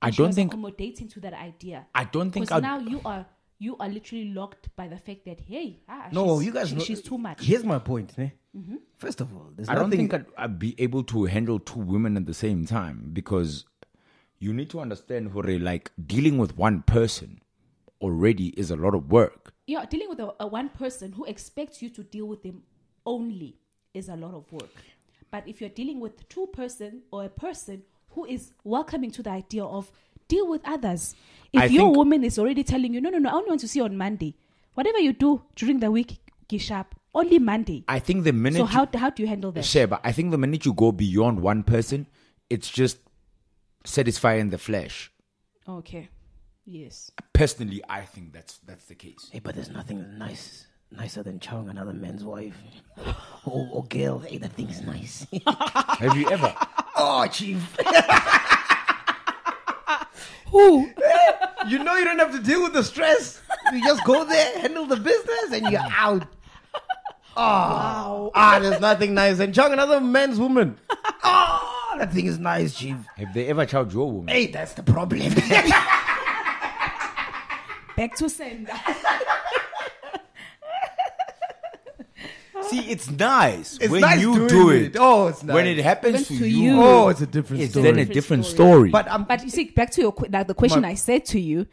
Speaker 4: I
Speaker 1: And she
Speaker 4: don't
Speaker 1: was
Speaker 4: think.
Speaker 1: accommodating to that idea.
Speaker 4: I don't think.
Speaker 1: Because
Speaker 4: I'd-
Speaker 1: now you are you are literally locked by the fact that hey, ah,
Speaker 2: no,
Speaker 1: she's-
Speaker 2: you guys
Speaker 1: she-
Speaker 2: know.
Speaker 1: she's too much. Mm-hmm.
Speaker 2: Here's my point. Ne? First of all, there's
Speaker 4: I don't
Speaker 2: nothing-
Speaker 4: think I'd, I'd be able to handle two women at the same time because you need to understand, Hore, like dealing with one person already is a lot of work.
Speaker 1: You're dealing with a, a one person who expects you to deal with them only is a lot of work. But if you're dealing with two person or a person who is welcoming to the idea of deal with others, if
Speaker 4: I
Speaker 1: your
Speaker 4: think-
Speaker 1: woman is already telling you, no, no, no, I only want to see you on Monday. Whatever you do during the week, Gishap, only Monday.
Speaker 4: I think the minute.
Speaker 1: so
Speaker 4: you-
Speaker 1: how how do you handle that?
Speaker 4: Sure, but I think the minute you go beyond one person, it's just satisfying the flesh.
Speaker 1: Okay. Yes.
Speaker 4: Personally, I think that's that's the case.
Speaker 2: Hey, Eh, but there's nothing nice, nicer than chowing another man's wife or, or girl. Hey, that thing's nice.
Speaker 4: Have you ever?
Speaker 2: oh, chief.
Speaker 1: Who?
Speaker 2: you know you don't have to deal with the stress. You just go there, handle the business, and you're out. Ah, there's nothing nice. And Chung, another man's woman. Ah, that thing is nice, Chief.
Speaker 4: Have they ever charged your woman?
Speaker 2: Hey, that's the problem.
Speaker 1: Back to sender.
Speaker 4: See, it's nice
Speaker 2: It's
Speaker 4: when
Speaker 2: nice
Speaker 4: you
Speaker 2: doing
Speaker 4: do
Speaker 2: it.
Speaker 4: it.
Speaker 2: Oh, it's nice.
Speaker 4: When it happens
Speaker 1: Happens
Speaker 4: to
Speaker 1: to
Speaker 4: you,
Speaker 1: you.
Speaker 2: oh, it's a different
Speaker 4: it's
Speaker 2: story.
Speaker 4: then a different
Speaker 1: story.
Speaker 4: story.
Speaker 2: but I'm
Speaker 1: But you see, back to your que- like the question I said to you: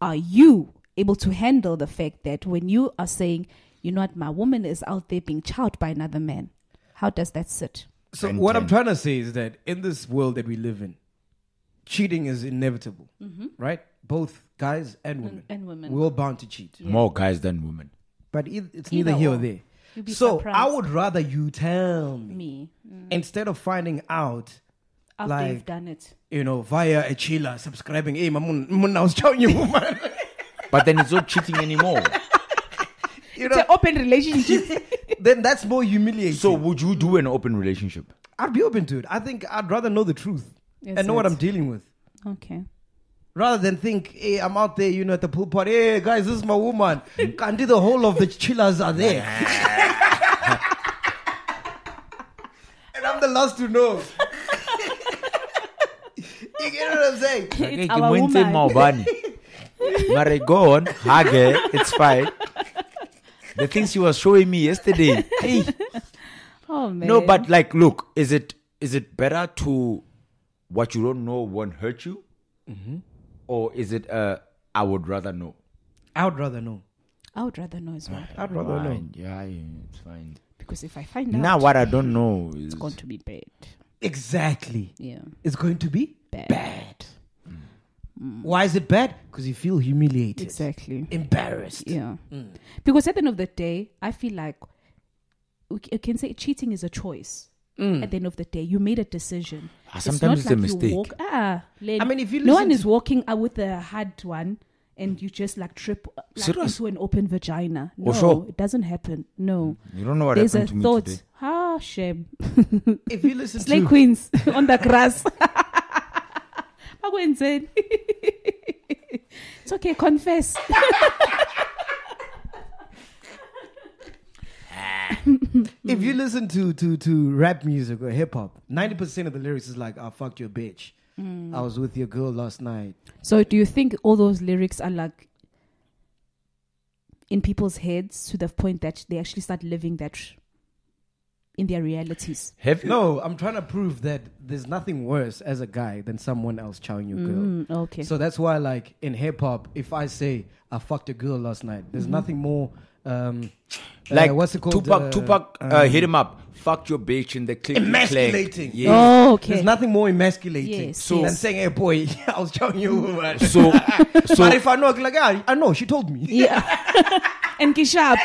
Speaker 1: Are you able to handle the fact that when you are saying, you know what, my woman is out there being chowed by another man? How does that sit?
Speaker 2: So
Speaker 4: And
Speaker 2: what
Speaker 4: ten.
Speaker 2: I'm trying to say is that in this world that we live in, cheating is inevitable, right? Both guys and women.
Speaker 1: Mm-hmm. and women. Mm.
Speaker 2: We're all bound to cheat.
Speaker 4: more guys than women.
Speaker 2: But it, it's
Speaker 1: Either
Speaker 2: neither here or
Speaker 1: or.
Speaker 2: there.
Speaker 1: You'd be
Speaker 2: So I
Speaker 1: surprised.
Speaker 2: would rather you tell me,
Speaker 1: Me,
Speaker 2: instead of finding out,
Speaker 1: after
Speaker 2: Like-
Speaker 1: you've done it,
Speaker 2: you know, via a chiller, subscribing. Hey, mamun, mamun, I was telling you, man.
Speaker 4: But then it's not cheating anymore.
Speaker 2: you
Speaker 1: it's
Speaker 2: know,
Speaker 1: an open relationship.
Speaker 2: then that's more humiliating.
Speaker 4: so would you do an open relationship?
Speaker 2: I'd be open to it. I think I'd rather know the truth
Speaker 1: Yes,
Speaker 2: and know what
Speaker 1: yes.
Speaker 2: I'm dealing with.
Speaker 1: okay.
Speaker 2: rather than think, hey, I'm out there, you know, at the pool party, hey, guys, this is my woman. Can't do the whole of the chillers are there. and I'm the last to know. you get what I'm saying?
Speaker 4: It's
Speaker 1: our woman.
Speaker 4: Mary, go on, hug her. It's fine. The things she was showing me yesterday. Hey,
Speaker 1: Oh man.
Speaker 4: no, but like, look, is it is it better to what you don't know won't hurt you,
Speaker 1: Mm-hmm.
Speaker 4: or is it uh, I would rather know?
Speaker 2: I would rather know.
Speaker 1: I would rather know as well
Speaker 2: I'd rather know.
Speaker 4: Fine, yeah, it's fine.
Speaker 1: because if I find out,
Speaker 4: Now what I don't know is
Speaker 1: it's going to be bad.
Speaker 2: Exactly.
Speaker 1: Yeah.
Speaker 2: It's going to be
Speaker 1: Bad.
Speaker 2: bad. Why is it bad? Because you feel humiliated,
Speaker 1: Exactly.
Speaker 2: embarrassed.
Speaker 1: Yeah.
Speaker 4: Mm.
Speaker 1: Because at the end of the day, I feel like we c- you can say cheating is a choice. At the end of the day, you made a decision.
Speaker 4: Mm. Ah, sometimes it's a mistake.
Speaker 1: You walk, ah, Len,
Speaker 2: I mean, if you
Speaker 1: no one
Speaker 2: listen
Speaker 1: is walking out with a hard one, and you just like trip uh, like,
Speaker 4: Serious?
Speaker 1: into an open vagina. No,
Speaker 4: Oh, sure.
Speaker 1: it doesn't happen. No,
Speaker 4: you don't know what
Speaker 1: there's a
Speaker 4: happened to me
Speaker 1: thought.
Speaker 4: today.
Speaker 1: Ah, shame.
Speaker 2: If you listen
Speaker 1: Slay
Speaker 2: to
Speaker 1: queens on the grass. Bakwenzeni. it's okay. Confess.
Speaker 2: If you listen to to to rap music or hip hop, ninety percent of the lyrics is like, "I fucked your bitch." I was with your girl last night.
Speaker 1: So, do you think all those lyrics are like in people's heads to the point that they actually start living that in their realities?
Speaker 4: Have you?
Speaker 2: No, I'm trying to prove that there's nothing worse as a guy than someone else chowing your girl.
Speaker 1: Mm, Okay.
Speaker 2: So that's why, like in hip hop, if I say I fucked a girl last night,
Speaker 1: Mm-hmm.
Speaker 2: there's nothing more. Um, uh,
Speaker 4: like
Speaker 2: what's it called?
Speaker 4: Tupac,
Speaker 2: Uh,
Speaker 4: Tupac uh,
Speaker 2: um,
Speaker 4: hit him up. Fuck your bitch in the click.
Speaker 2: Emasculating.
Speaker 4: Yeah.
Speaker 1: oh, okay.
Speaker 2: There's nothing more emasculating
Speaker 1: Yes, So-
Speaker 2: than
Speaker 1: yes. Mm.
Speaker 2: saying, "Hey boy, I was chowing you." man."
Speaker 4: So, so
Speaker 2: but if I know, like, ah, I know, she told me.
Speaker 1: yeah. and Kishap.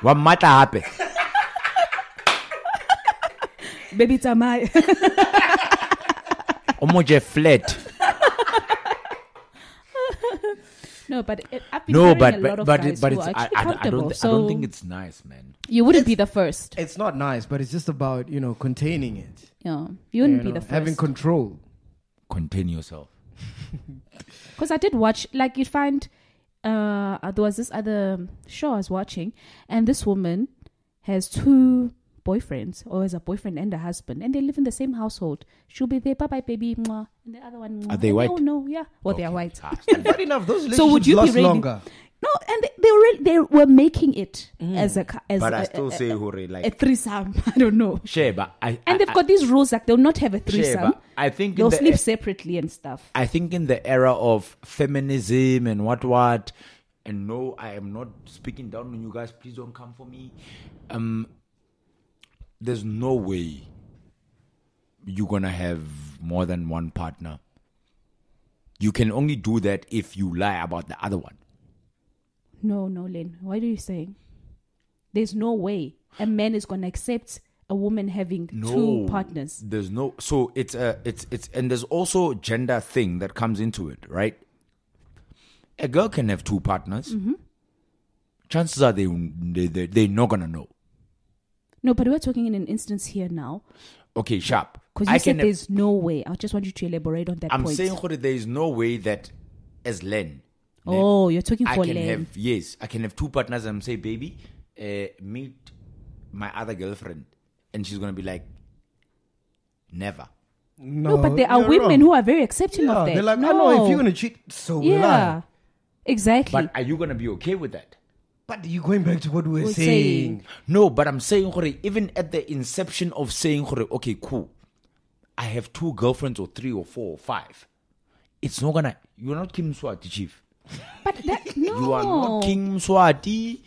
Speaker 4: what matter happen?
Speaker 1: Baby Tamai.
Speaker 4: Omoje flat.
Speaker 1: no, but it, I've been
Speaker 4: No,
Speaker 1: hearing
Speaker 4: but
Speaker 1: a lot
Speaker 4: but
Speaker 1: of
Speaker 4: but,
Speaker 1: guys
Speaker 4: it, but
Speaker 1: who
Speaker 4: it's,
Speaker 1: are
Speaker 4: I, I,
Speaker 1: actually
Speaker 4: I,
Speaker 1: comfortable.
Speaker 4: don't,
Speaker 1: so
Speaker 4: I don't think it's nice, man.
Speaker 1: you wouldn't be the first.
Speaker 2: It's not nice, but it's just about you know containing it.
Speaker 1: Yeah, you wouldn't
Speaker 2: you
Speaker 1: be the
Speaker 2: know,
Speaker 1: first.
Speaker 2: having control.
Speaker 4: Contain yourself.
Speaker 1: because I did watch like you'd find uh there was this other show I was watching and this woman has two boyfriends or has a boyfriend and a husband and they live in the same household. She'll be there, bye bye baby, mwah. and the other one. mwah.
Speaker 4: Are they
Speaker 1: And
Speaker 4: white?
Speaker 1: Oh no, yeah. Well, they are
Speaker 4: Okay.
Speaker 1: white.
Speaker 4: Ah,
Speaker 2: Funny enough, those relationships
Speaker 1: So would you
Speaker 2: last
Speaker 1: be ready?
Speaker 2: longer.
Speaker 1: No, and they, they were really, they were making it as a cou- as
Speaker 4: Mm. but
Speaker 1: a,
Speaker 4: I still
Speaker 1: a,
Speaker 4: say, hooray,
Speaker 1: a, a
Speaker 4: like,
Speaker 1: threesome. I don't know.
Speaker 4: share, but I.
Speaker 1: And
Speaker 4: I,
Speaker 1: they've got these rules like they'll not have a threesome.
Speaker 4: but I think in
Speaker 1: they'll
Speaker 4: the-
Speaker 1: sleep
Speaker 4: e
Speaker 1: separately and stuff.
Speaker 4: I think in the era of feminism and what what, and no, I am not speaking down on you guys. Please don't come for me. Um, there's no way you're gonna have more than one partner. You can only do that if you lie about the other one.
Speaker 1: No, no, Lynn. What are you saying? There's no way a man is going to accept a woman having two partners.
Speaker 4: There's no so it's a it's it's and there's also gender thing that comes into it, right? A girl can have two partners.
Speaker 1: Mm-hmm.
Speaker 4: Chances are they they they they're not gonna know.
Speaker 1: No, but we're talking in an instance here now
Speaker 4: Okay, sharp.
Speaker 1: because you
Speaker 4: I
Speaker 1: said
Speaker 4: can.
Speaker 1: there's no way. I just want you to elaborate on that
Speaker 4: I'm
Speaker 1: point.
Speaker 4: saying Jorge, there is no way that as Len,
Speaker 1: oh, you're talking
Speaker 4: I
Speaker 1: for
Speaker 4: can
Speaker 1: Len.
Speaker 4: have yes, I can have two partners and say, baby, uh, meet my other girlfriend, and she's gonna be like, never.
Speaker 1: No, but there are
Speaker 2: you're
Speaker 1: women
Speaker 2: wrong.
Speaker 1: who are very accepting
Speaker 2: Yeah,
Speaker 1: of that.
Speaker 2: they're like,
Speaker 1: no.
Speaker 2: I know if you're gonna cheat, so will
Speaker 1: yeah,
Speaker 2: I.
Speaker 1: exactly.
Speaker 4: But are you gonna be okay with that?
Speaker 2: But you're going back to what we were
Speaker 1: We're
Speaker 2: saying.
Speaker 1: saying.
Speaker 4: No, but I'm saying, gore, even at the inception of saying, gore, okay, cool, I have two girlfriends or three or four or five. It's not gonna. You're not Kim Swati, chief.
Speaker 1: But that, no,
Speaker 4: You are not King Swati.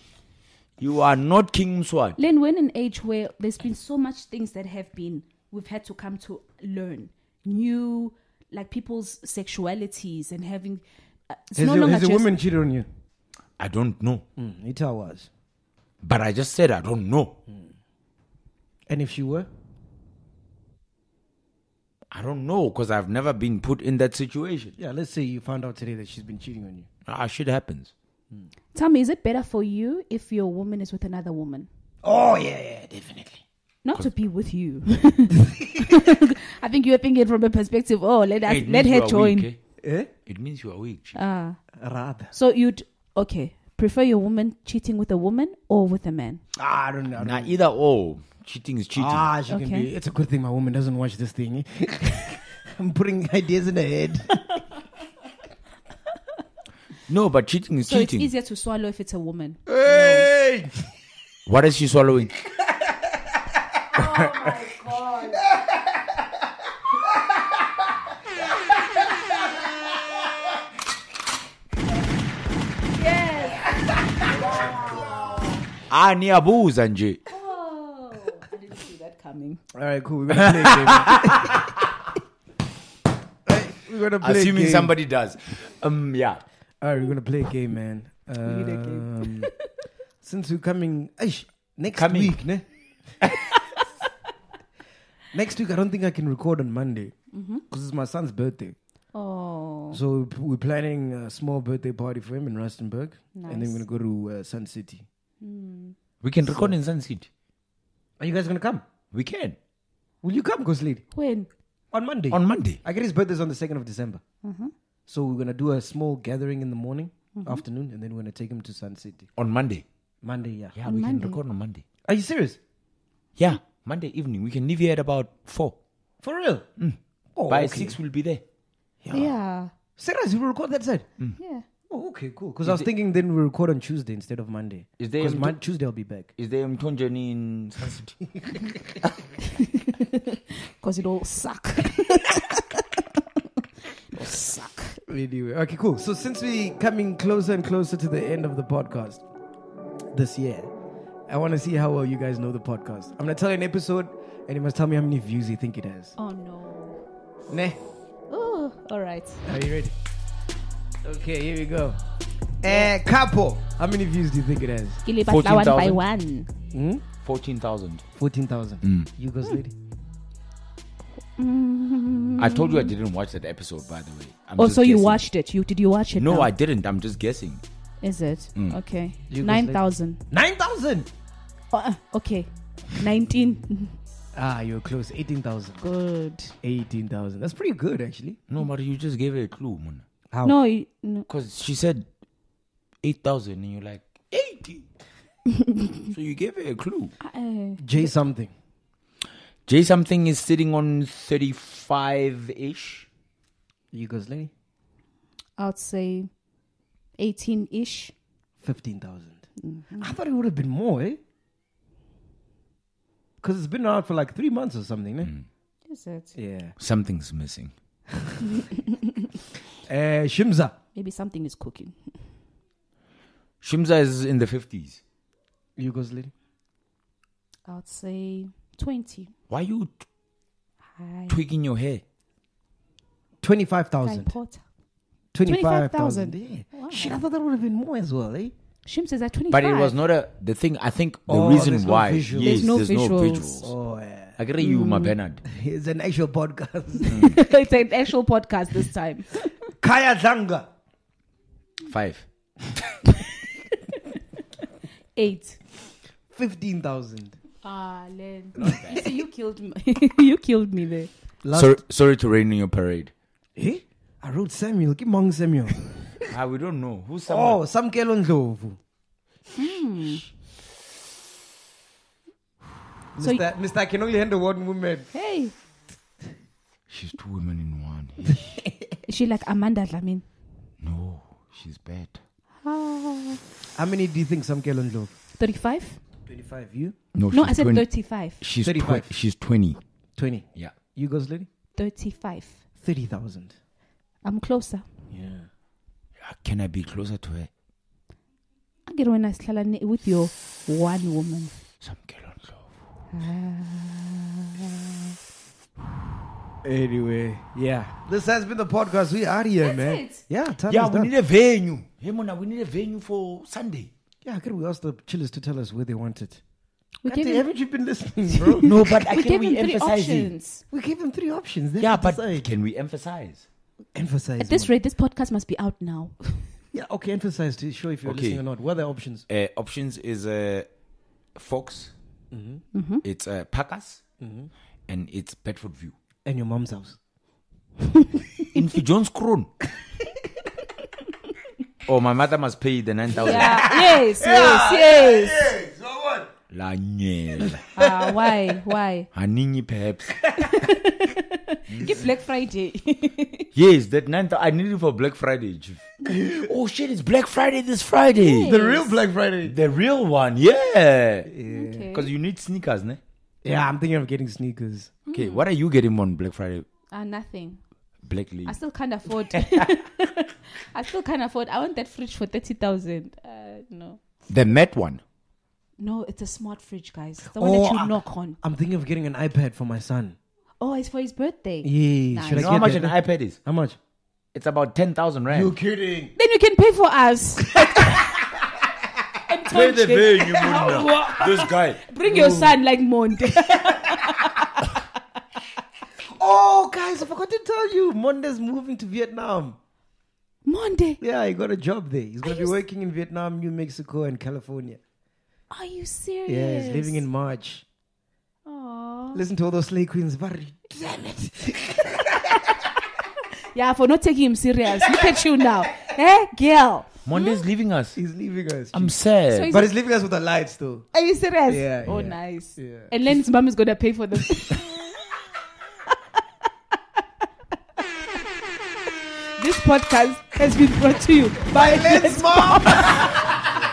Speaker 4: You are not King Swati.
Speaker 1: Len, we're in an age where there's been so much things that have been we've had to come to learn new, like people's sexualities and having. Uh, it's
Speaker 2: Has,
Speaker 1: no
Speaker 2: a-
Speaker 1: longer
Speaker 2: has a
Speaker 1: just,
Speaker 2: woman cheated on you?
Speaker 4: I don't know,
Speaker 2: Mm, it I was.
Speaker 4: but I just said I don't know.
Speaker 2: And if she were?
Speaker 4: I don't know because I've never been put in that situation.
Speaker 2: Yeah, let's say you found out today that she's been cheating on you.
Speaker 4: Ah, shit happens.
Speaker 1: Tell me, is it better for you if your woman is with another woman?
Speaker 2: Oh, yeah, yeah, definitely.
Speaker 1: Not to be with you. I think you're thinking from a perspective. Oh, let us,
Speaker 4: It
Speaker 1: let
Speaker 4: means you
Speaker 1: her
Speaker 4: are
Speaker 1: join. Um,
Speaker 4: Weak, eh?
Speaker 2: Eh?
Speaker 4: It means you are weak. chief.
Speaker 2: Rather.
Speaker 1: So you'd okay prefer your woman cheating with a woman or with a man?
Speaker 2: Ah, I don't know. I don't
Speaker 4: Nah,
Speaker 2: know.
Speaker 4: either or. Cheating is cheating.
Speaker 2: Ah, she can
Speaker 1: Okay.
Speaker 2: be. It's a good thing my woman doesn't watch this thing. I'm putting ideas in her head.
Speaker 4: No, but cheating is
Speaker 1: So it's
Speaker 4: cheating. Eh.
Speaker 1: easier to swallow if it's a woman.
Speaker 2: Hey!
Speaker 4: What is she swallowing? Ah, niyabuza nje.
Speaker 1: Oh, I didn't see that coming.
Speaker 2: All right, cool. We're gonna play a game. we're gonna play a
Speaker 4: Assuming
Speaker 2: game.
Speaker 4: somebody does. Um, yeah.
Speaker 2: All right, we're gonna play a game, man.
Speaker 1: need a game.
Speaker 2: Um, since we're coming, Aish, next
Speaker 4: Coming.
Speaker 2: week, ne? next week, I don't think I can record on Monday because
Speaker 1: Mm-hmm.
Speaker 2: it's my son's birthday.
Speaker 1: Oh,
Speaker 2: So p- we're planning a small birthday party for him in Rustenburg, and then we're
Speaker 1: Nice.
Speaker 2: gonna go to uh, Sun City.
Speaker 4: We can record in Sun City.
Speaker 2: Are you guys gonna come?
Speaker 4: We can.
Speaker 2: Will you come, Ghost Lady?
Speaker 1: when?
Speaker 2: On Monday.
Speaker 4: On Monday.
Speaker 2: I get his birthday's on the 2nd of December.
Speaker 1: Mm-hmm.
Speaker 2: So we're going to do a small gathering in the morning, afternoon, and then we're going to take him to Sun City.
Speaker 4: On Monday.
Speaker 2: Monday, yeah.
Speaker 4: Yeah, we can record on Monday.
Speaker 2: Are you serious?
Speaker 4: Yeah, Monday evening. We can leave here at about four. Mm.
Speaker 2: For real? Oh,
Speaker 4: By
Speaker 2: okay.
Speaker 4: six, we'll be there.
Speaker 1: Yeah. Yeah.
Speaker 2: Serious, you will record that side? Oh, okay, cool. Because I was thinking then we'll record on Tuesday instead of Monday.
Speaker 4: Is there
Speaker 2: Because
Speaker 4: a-
Speaker 2: Mon- Tuesday I'll be back.
Speaker 4: Is there Mtonjani in Sun City?
Speaker 1: Because it all suck. It'll suck.
Speaker 2: Anyway, okay, cool. So since we coming closer and closer to the end of the podcast this year, I want to see how well you guys know the podcast. I'm going to tell you an episode, and you must tell me how many views you think it has.
Speaker 1: Oh no.
Speaker 2: Nah.
Speaker 1: Oh, all right.
Speaker 2: Are you ready? Okay, here we go. Eh, Capo. How many views do you think it has?
Speaker 1: Gilibata one by
Speaker 4: 14,000.
Speaker 1: one.
Speaker 4: 14,000.
Speaker 2: 14,000. You go, lady.
Speaker 4: I told you I didn't watch that episode, by the way. I'm
Speaker 1: Mm. Oh,
Speaker 4: just
Speaker 1: so you
Speaker 4: guessing.
Speaker 1: watched it? You did you watch it?
Speaker 4: No,
Speaker 1: now?
Speaker 4: I Mm. didn't. I'm just guessing.
Speaker 1: Is it okay?
Speaker 2: You go
Speaker 1: Nine thousand.
Speaker 2: 9,000!
Speaker 1: Uh, okay, nineteen.
Speaker 2: Ah, you're close. 18,000.
Speaker 1: Good.
Speaker 2: 18,000. That's pretty good, actually.
Speaker 4: No, but you just gave her a clue, man.
Speaker 2: How?
Speaker 1: No, you- no.
Speaker 4: Because she said 8,000 and you're like, 80. so you gave her a clue.
Speaker 1: Uh,
Speaker 2: J something.
Speaker 4: Jay something is sitting on 35 ish.
Speaker 2: You go, lady.
Speaker 1: I'd say eighteen ish.
Speaker 2: 15,000. I thought it would have been more, eh? Because it's been out for like three months or something, eh?
Speaker 1: Is it?
Speaker 2: Yeah.
Speaker 4: Something's missing.
Speaker 2: Eh, Shimza.
Speaker 1: Maybe something is cooking.
Speaker 4: Shimza is in the 50s.
Speaker 2: You go, lady.
Speaker 1: I'd say twenty.
Speaker 4: Why are you t-
Speaker 1: Hi.
Speaker 4: tweaking your hair?
Speaker 2: 25,000.
Speaker 1: Porter.
Speaker 2: 25,000.
Speaker 1: 25,000.
Speaker 2: yeah. Shit, I thought that would have been more as well, eh?
Speaker 1: Shim says at twenty-five.
Speaker 4: But it was not a. The thing, I think the
Speaker 2: Oh,
Speaker 4: reason
Speaker 2: there's no
Speaker 4: why.
Speaker 2: visuals.
Speaker 4: yes,
Speaker 1: There's no visuals.
Speaker 2: Oh, yeah.
Speaker 4: I agree you, my Bernard.
Speaker 2: It's an actual podcast.
Speaker 1: it's an actual podcast this time.
Speaker 2: Kaya Zanga.
Speaker 4: Five.
Speaker 1: Eight.
Speaker 2: 15,000.
Speaker 1: Ah, Len. You see, you killed me. you killed me there.
Speaker 2: Last.
Speaker 4: Sorry, sorry to rain on your parade.
Speaker 2: Eh? I wrote Samuel. Keep on Samuel.
Speaker 4: Ah, we don't know. Who's someone?
Speaker 2: oh, Sam Kelon Ndlovu.
Speaker 1: So
Speaker 2: Mr. Mr. I can only handle one woman.
Speaker 1: hey,
Speaker 4: She's two women in one.
Speaker 1: is she like Amanda Dlamini?
Speaker 4: no, she's bad. Ah.
Speaker 2: How many do you think Sam Kelon love?
Speaker 1: 35?
Speaker 2: 25. You?
Speaker 1: No,
Speaker 4: Oh, she's
Speaker 1: I said
Speaker 4: 20.
Speaker 1: 35.
Speaker 4: She's
Speaker 2: 35.
Speaker 4: twen- she's twenty.
Speaker 2: 20.
Speaker 4: Yeah.
Speaker 2: You guys, lady?
Speaker 1: 35.
Speaker 2: 30,000.
Speaker 1: I'm closer.
Speaker 2: Yeah.
Speaker 4: Ah, Can I be closer to her?
Speaker 1: I get when I slala ne- with your one woman.
Speaker 4: Some girl on love.
Speaker 2: Anyway, yeah. This has been the podcast. We out here, man.
Speaker 1: it.
Speaker 2: Yeah, time
Speaker 4: Yeah,
Speaker 2: is
Speaker 4: we
Speaker 2: done.
Speaker 4: need a venue. Hey, Mona, we need a venue for Sunday.
Speaker 2: yeah, could we ask the chillers to tell us where they want it?
Speaker 1: We
Speaker 2: God
Speaker 1: gave
Speaker 2: damn,
Speaker 1: him,
Speaker 2: haven't you been listening, bro?
Speaker 4: No, but I
Speaker 1: we
Speaker 4: can
Speaker 1: gave
Speaker 4: we
Speaker 1: him three
Speaker 4: emphasize it?
Speaker 1: options.
Speaker 2: we gave them three options. They
Speaker 4: Yeah,
Speaker 2: have to
Speaker 4: but
Speaker 2: decide.
Speaker 4: can we emphasize?
Speaker 2: emphasize.
Speaker 1: At this
Speaker 2: man.
Speaker 1: rate, this podcast must be out now.
Speaker 2: yeah, okay, emphasize to show if you're
Speaker 4: Okay.
Speaker 2: listening or not. What are the options?
Speaker 4: Uh, options is uh, Fox,
Speaker 2: Mm-hmm.
Speaker 4: it's uh, Packers, and it's Bedford View.
Speaker 2: And your mom's house.
Speaker 4: In John's Crown. oh, my mother must pay the 9,000.
Speaker 1: yes, yes, yes.
Speaker 4: La nyela.
Speaker 1: Ah, why? Why?
Speaker 4: Haningi perhaps.
Speaker 1: Give Black Friday.
Speaker 4: Yes, that 9,000. I need it for Black Friday. Chief. oh, shit, it's Black Friday this Friday.
Speaker 2: The real Black Friday.
Speaker 4: The real one, yeah.
Speaker 1: okay.
Speaker 4: Because you need sneakers, ne?
Speaker 2: Yeah, I'm thinking of getting sneakers.
Speaker 4: Okay, what are you getting on Black Friday?
Speaker 1: Ah, nothing.
Speaker 4: Black League.
Speaker 1: I still can't afford. I still can't afford. I want that fridge for thirty thousand. Uh, no,
Speaker 4: The matte one.
Speaker 1: no, it's a smart fridge, guys. The one
Speaker 4: Oh,
Speaker 1: that you
Speaker 4: ah.
Speaker 2: I-
Speaker 1: knock on.
Speaker 2: I'm thinking of getting an iPad for my son.
Speaker 1: Oh, it's for his birthday.
Speaker 2: Yeah,
Speaker 1: Nice.
Speaker 2: should I
Speaker 4: You know how
Speaker 2: get
Speaker 4: much
Speaker 2: that?
Speaker 4: an iPad is?
Speaker 2: How much?
Speaker 4: It's about 10,000 rand.
Speaker 2: kidding?
Speaker 1: Then you can pay for us. And
Speaker 4: Pay the
Speaker 1: touch it.
Speaker 4: bill, you Munda. This guy.
Speaker 1: Bring your son like Monday.
Speaker 2: Oh, guys, I forgot to tell you. Monday's moving to Vietnam.
Speaker 1: Monday.
Speaker 2: Yeah, he got a job there. He's going to
Speaker 1: you
Speaker 2: be
Speaker 1: s-
Speaker 2: working in Vietnam, New Mexico, and California.
Speaker 1: Are you serious?
Speaker 2: Yeah, he's leaving in March.
Speaker 1: Aw.
Speaker 2: Listen to all those slay queens. Barry.
Speaker 1: Yeah, for not taking him serious. Look at you now, eh, girl?
Speaker 4: Monday's leaving us.
Speaker 2: He's leaving us.
Speaker 4: I'm sad.
Speaker 1: So he's-
Speaker 2: but he's leaving us with the lights, though.
Speaker 1: Are you serious?
Speaker 2: Yeah,
Speaker 1: Oh,
Speaker 2: yeah,
Speaker 1: nice.
Speaker 2: yeah.
Speaker 1: And Len's mom is gonna pay for this. this podcast has been brought to you by Len's mom.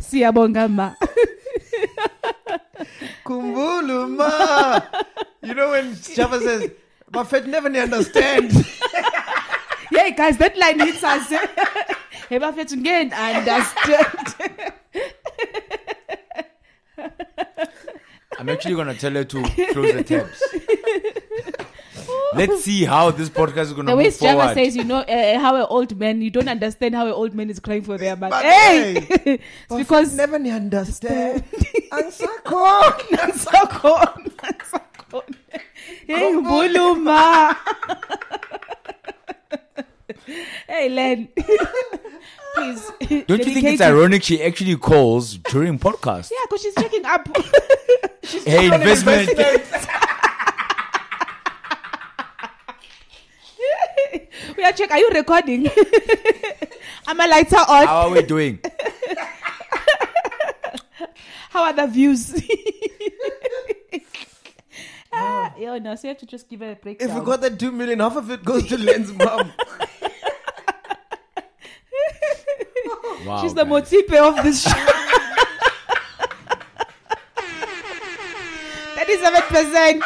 Speaker 1: Siyabonga ma.
Speaker 2: Kumbuluma. you know when Chava says, my fate never understand.
Speaker 1: Yeah, guys, that line hits us. eh? Hey, bafethu ngiyeni understand.
Speaker 4: I'm actually going to tell her to close the tabs. Let's see how this podcast is going to
Speaker 1: The way
Speaker 4: move
Speaker 1: Java
Speaker 4: forward.
Speaker 1: says, you know, uh, how an old man, you don't understand how an old man is crying for their man.
Speaker 2: But
Speaker 1: hey!
Speaker 2: hey!
Speaker 1: It's because.
Speaker 2: never understand. Ansako.
Speaker 1: Nansakon, nansakon. Hey, Buluma. hey, Len. Please.
Speaker 4: Don't you think it's ironic she actually calls during podcast?
Speaker 1: Yeah, because she's checking up. she's
Speaker 4: Hey,
Speaker 1: checking on
Speaker 4: investment.
Speaker 1: We are check. Are you recording? Am I lighter on?
Speaker 4: How are we doing?
Speaker 1: How are the views? ah, yo, no, so you have to just give her a break.
Speaker 2: If we got that two million, half of it goes to Len's mom.
Speaker 4: Wow,
Speaker 1: She's the
Speaker 4: guys.
Speaker 1: motipe of this show. Thirty-seven percent.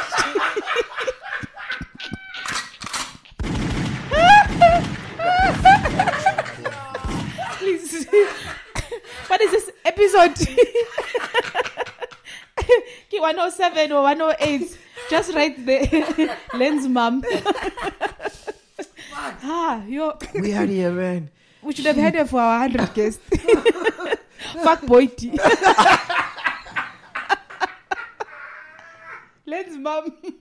Speaker 1: Please, what is this episode? Okay, one oh seven or one oh eight. Just write the lens, mom. ah, yo.
Speaker 2: we out here, man.
Speaker 1: We should have had her for our hundred guests. Fuck Boiti. Let's mum.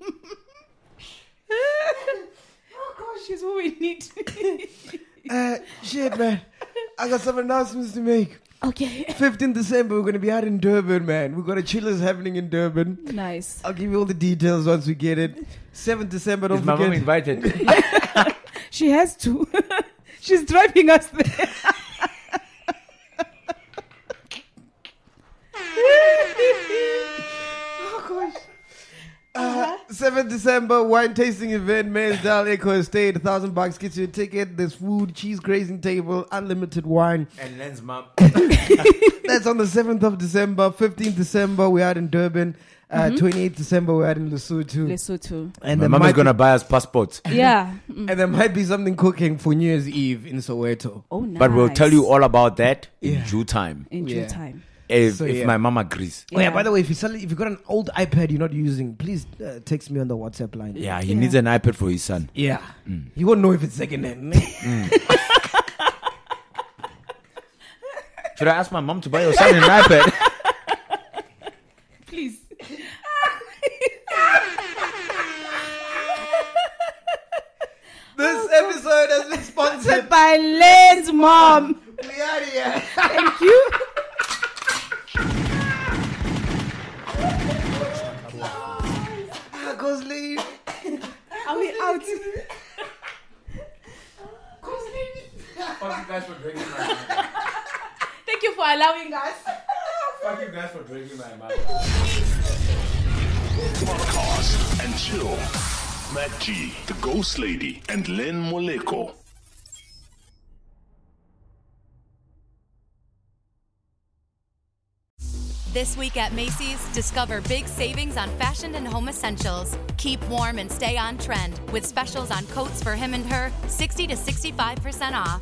Speaker 1: oh gosh, she's what we need.
Speaker 2: Uh, shit, man. I got some announcements to make.
Speaker 1: okay.
Speaker 2: 15th December, we're going to be out in Durban, man. We've got a chillers happening in Durban.
Speaker 1: Nice.
Speaker 2: I'll give you all the details once we get it. 7th December, don't
Speaker 4: Is my mom
Speaker 2: forget.
Speaker 4: invited?
Speaker 1: She has to. she's driving us there. Oh,
Speaker 2: 7th Uh-huh. December, wine tasting event, Mansdale Echo Estate, 1,000 bucks gets you a ticket. There's food, cheese grazing table, unlimited wine.
Speaker 4: And Len's mom.
Speaker 2: That's on the 7th of December. 15th December, we're out in Durban. Uh, 28th December, we're out in Lesotho.
Speaker 1: Lesotho.
Speaker 2: and
Speaker 4: My
Speaker 2: there
Speaker 4: mom is
Speaker 2: might
Speaker 4: going to buy us passports.
Speaker 1: Yeah.
Speaker 2: be, and there might be something cooking for New Year's Eve in Soweto.
Speaker 1: Oh, nice.
Speaker 4: But we'll tell you all about that in due time.
Speaker 1: in due
Speaker 2: Yeah.
Speaker 1: time.
Speaker 4: If,
Speaker 2: So,
Speaker 4: if
Speaker 2: yeah.
Speaker 4: my mom agrees.
Speaker 2: Oh yeah. By the way, if you suddenly if you got an old iPad you're not using, please uh, text me on the WhatsApp line.
Speaker 4: Yeah, he
Speaker 1: Yeah.
Speaker 4: needs an iPad for his son.
Speaker 2: Yeah. You won't know if it's secondhand.
Speaker 4: Should I ask my mom to buy your son an iPad?
Speaker 1: Please.
Speaker 2: this episode has been sponsored.
Speaker 1: By Len's e mom.
Speaker 2: We out here.
Speaker 1: Thank you.
Speaker 2: Goes leave.
Speaker 1: Are we out? Thank you for allowing us.
Speaker 4: Thank you guys for drinking my mouth.
Speaker 3: Podcast and chill. Matt G, the Ghost Lady, and Len Moleko.
Speaker 5: This week at Macy's, discover big savings on fashion and home essentials. Keep warm and stay on trend with specials on coats for him and her, 60 to 65% off.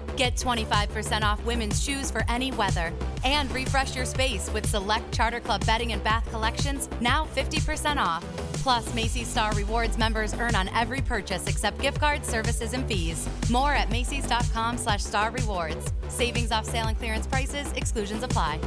Speaker 5: Get 25% off women's shoes for any weather. And refresh your space with select Charter Club bedding and bath collections, now 50% off. Plus, Macy's Star Rewards members earn on every purchase except gift cards, services, and fees. More at macys.com slash star rewards. Savings off sale and clearance prices, exclusions apply.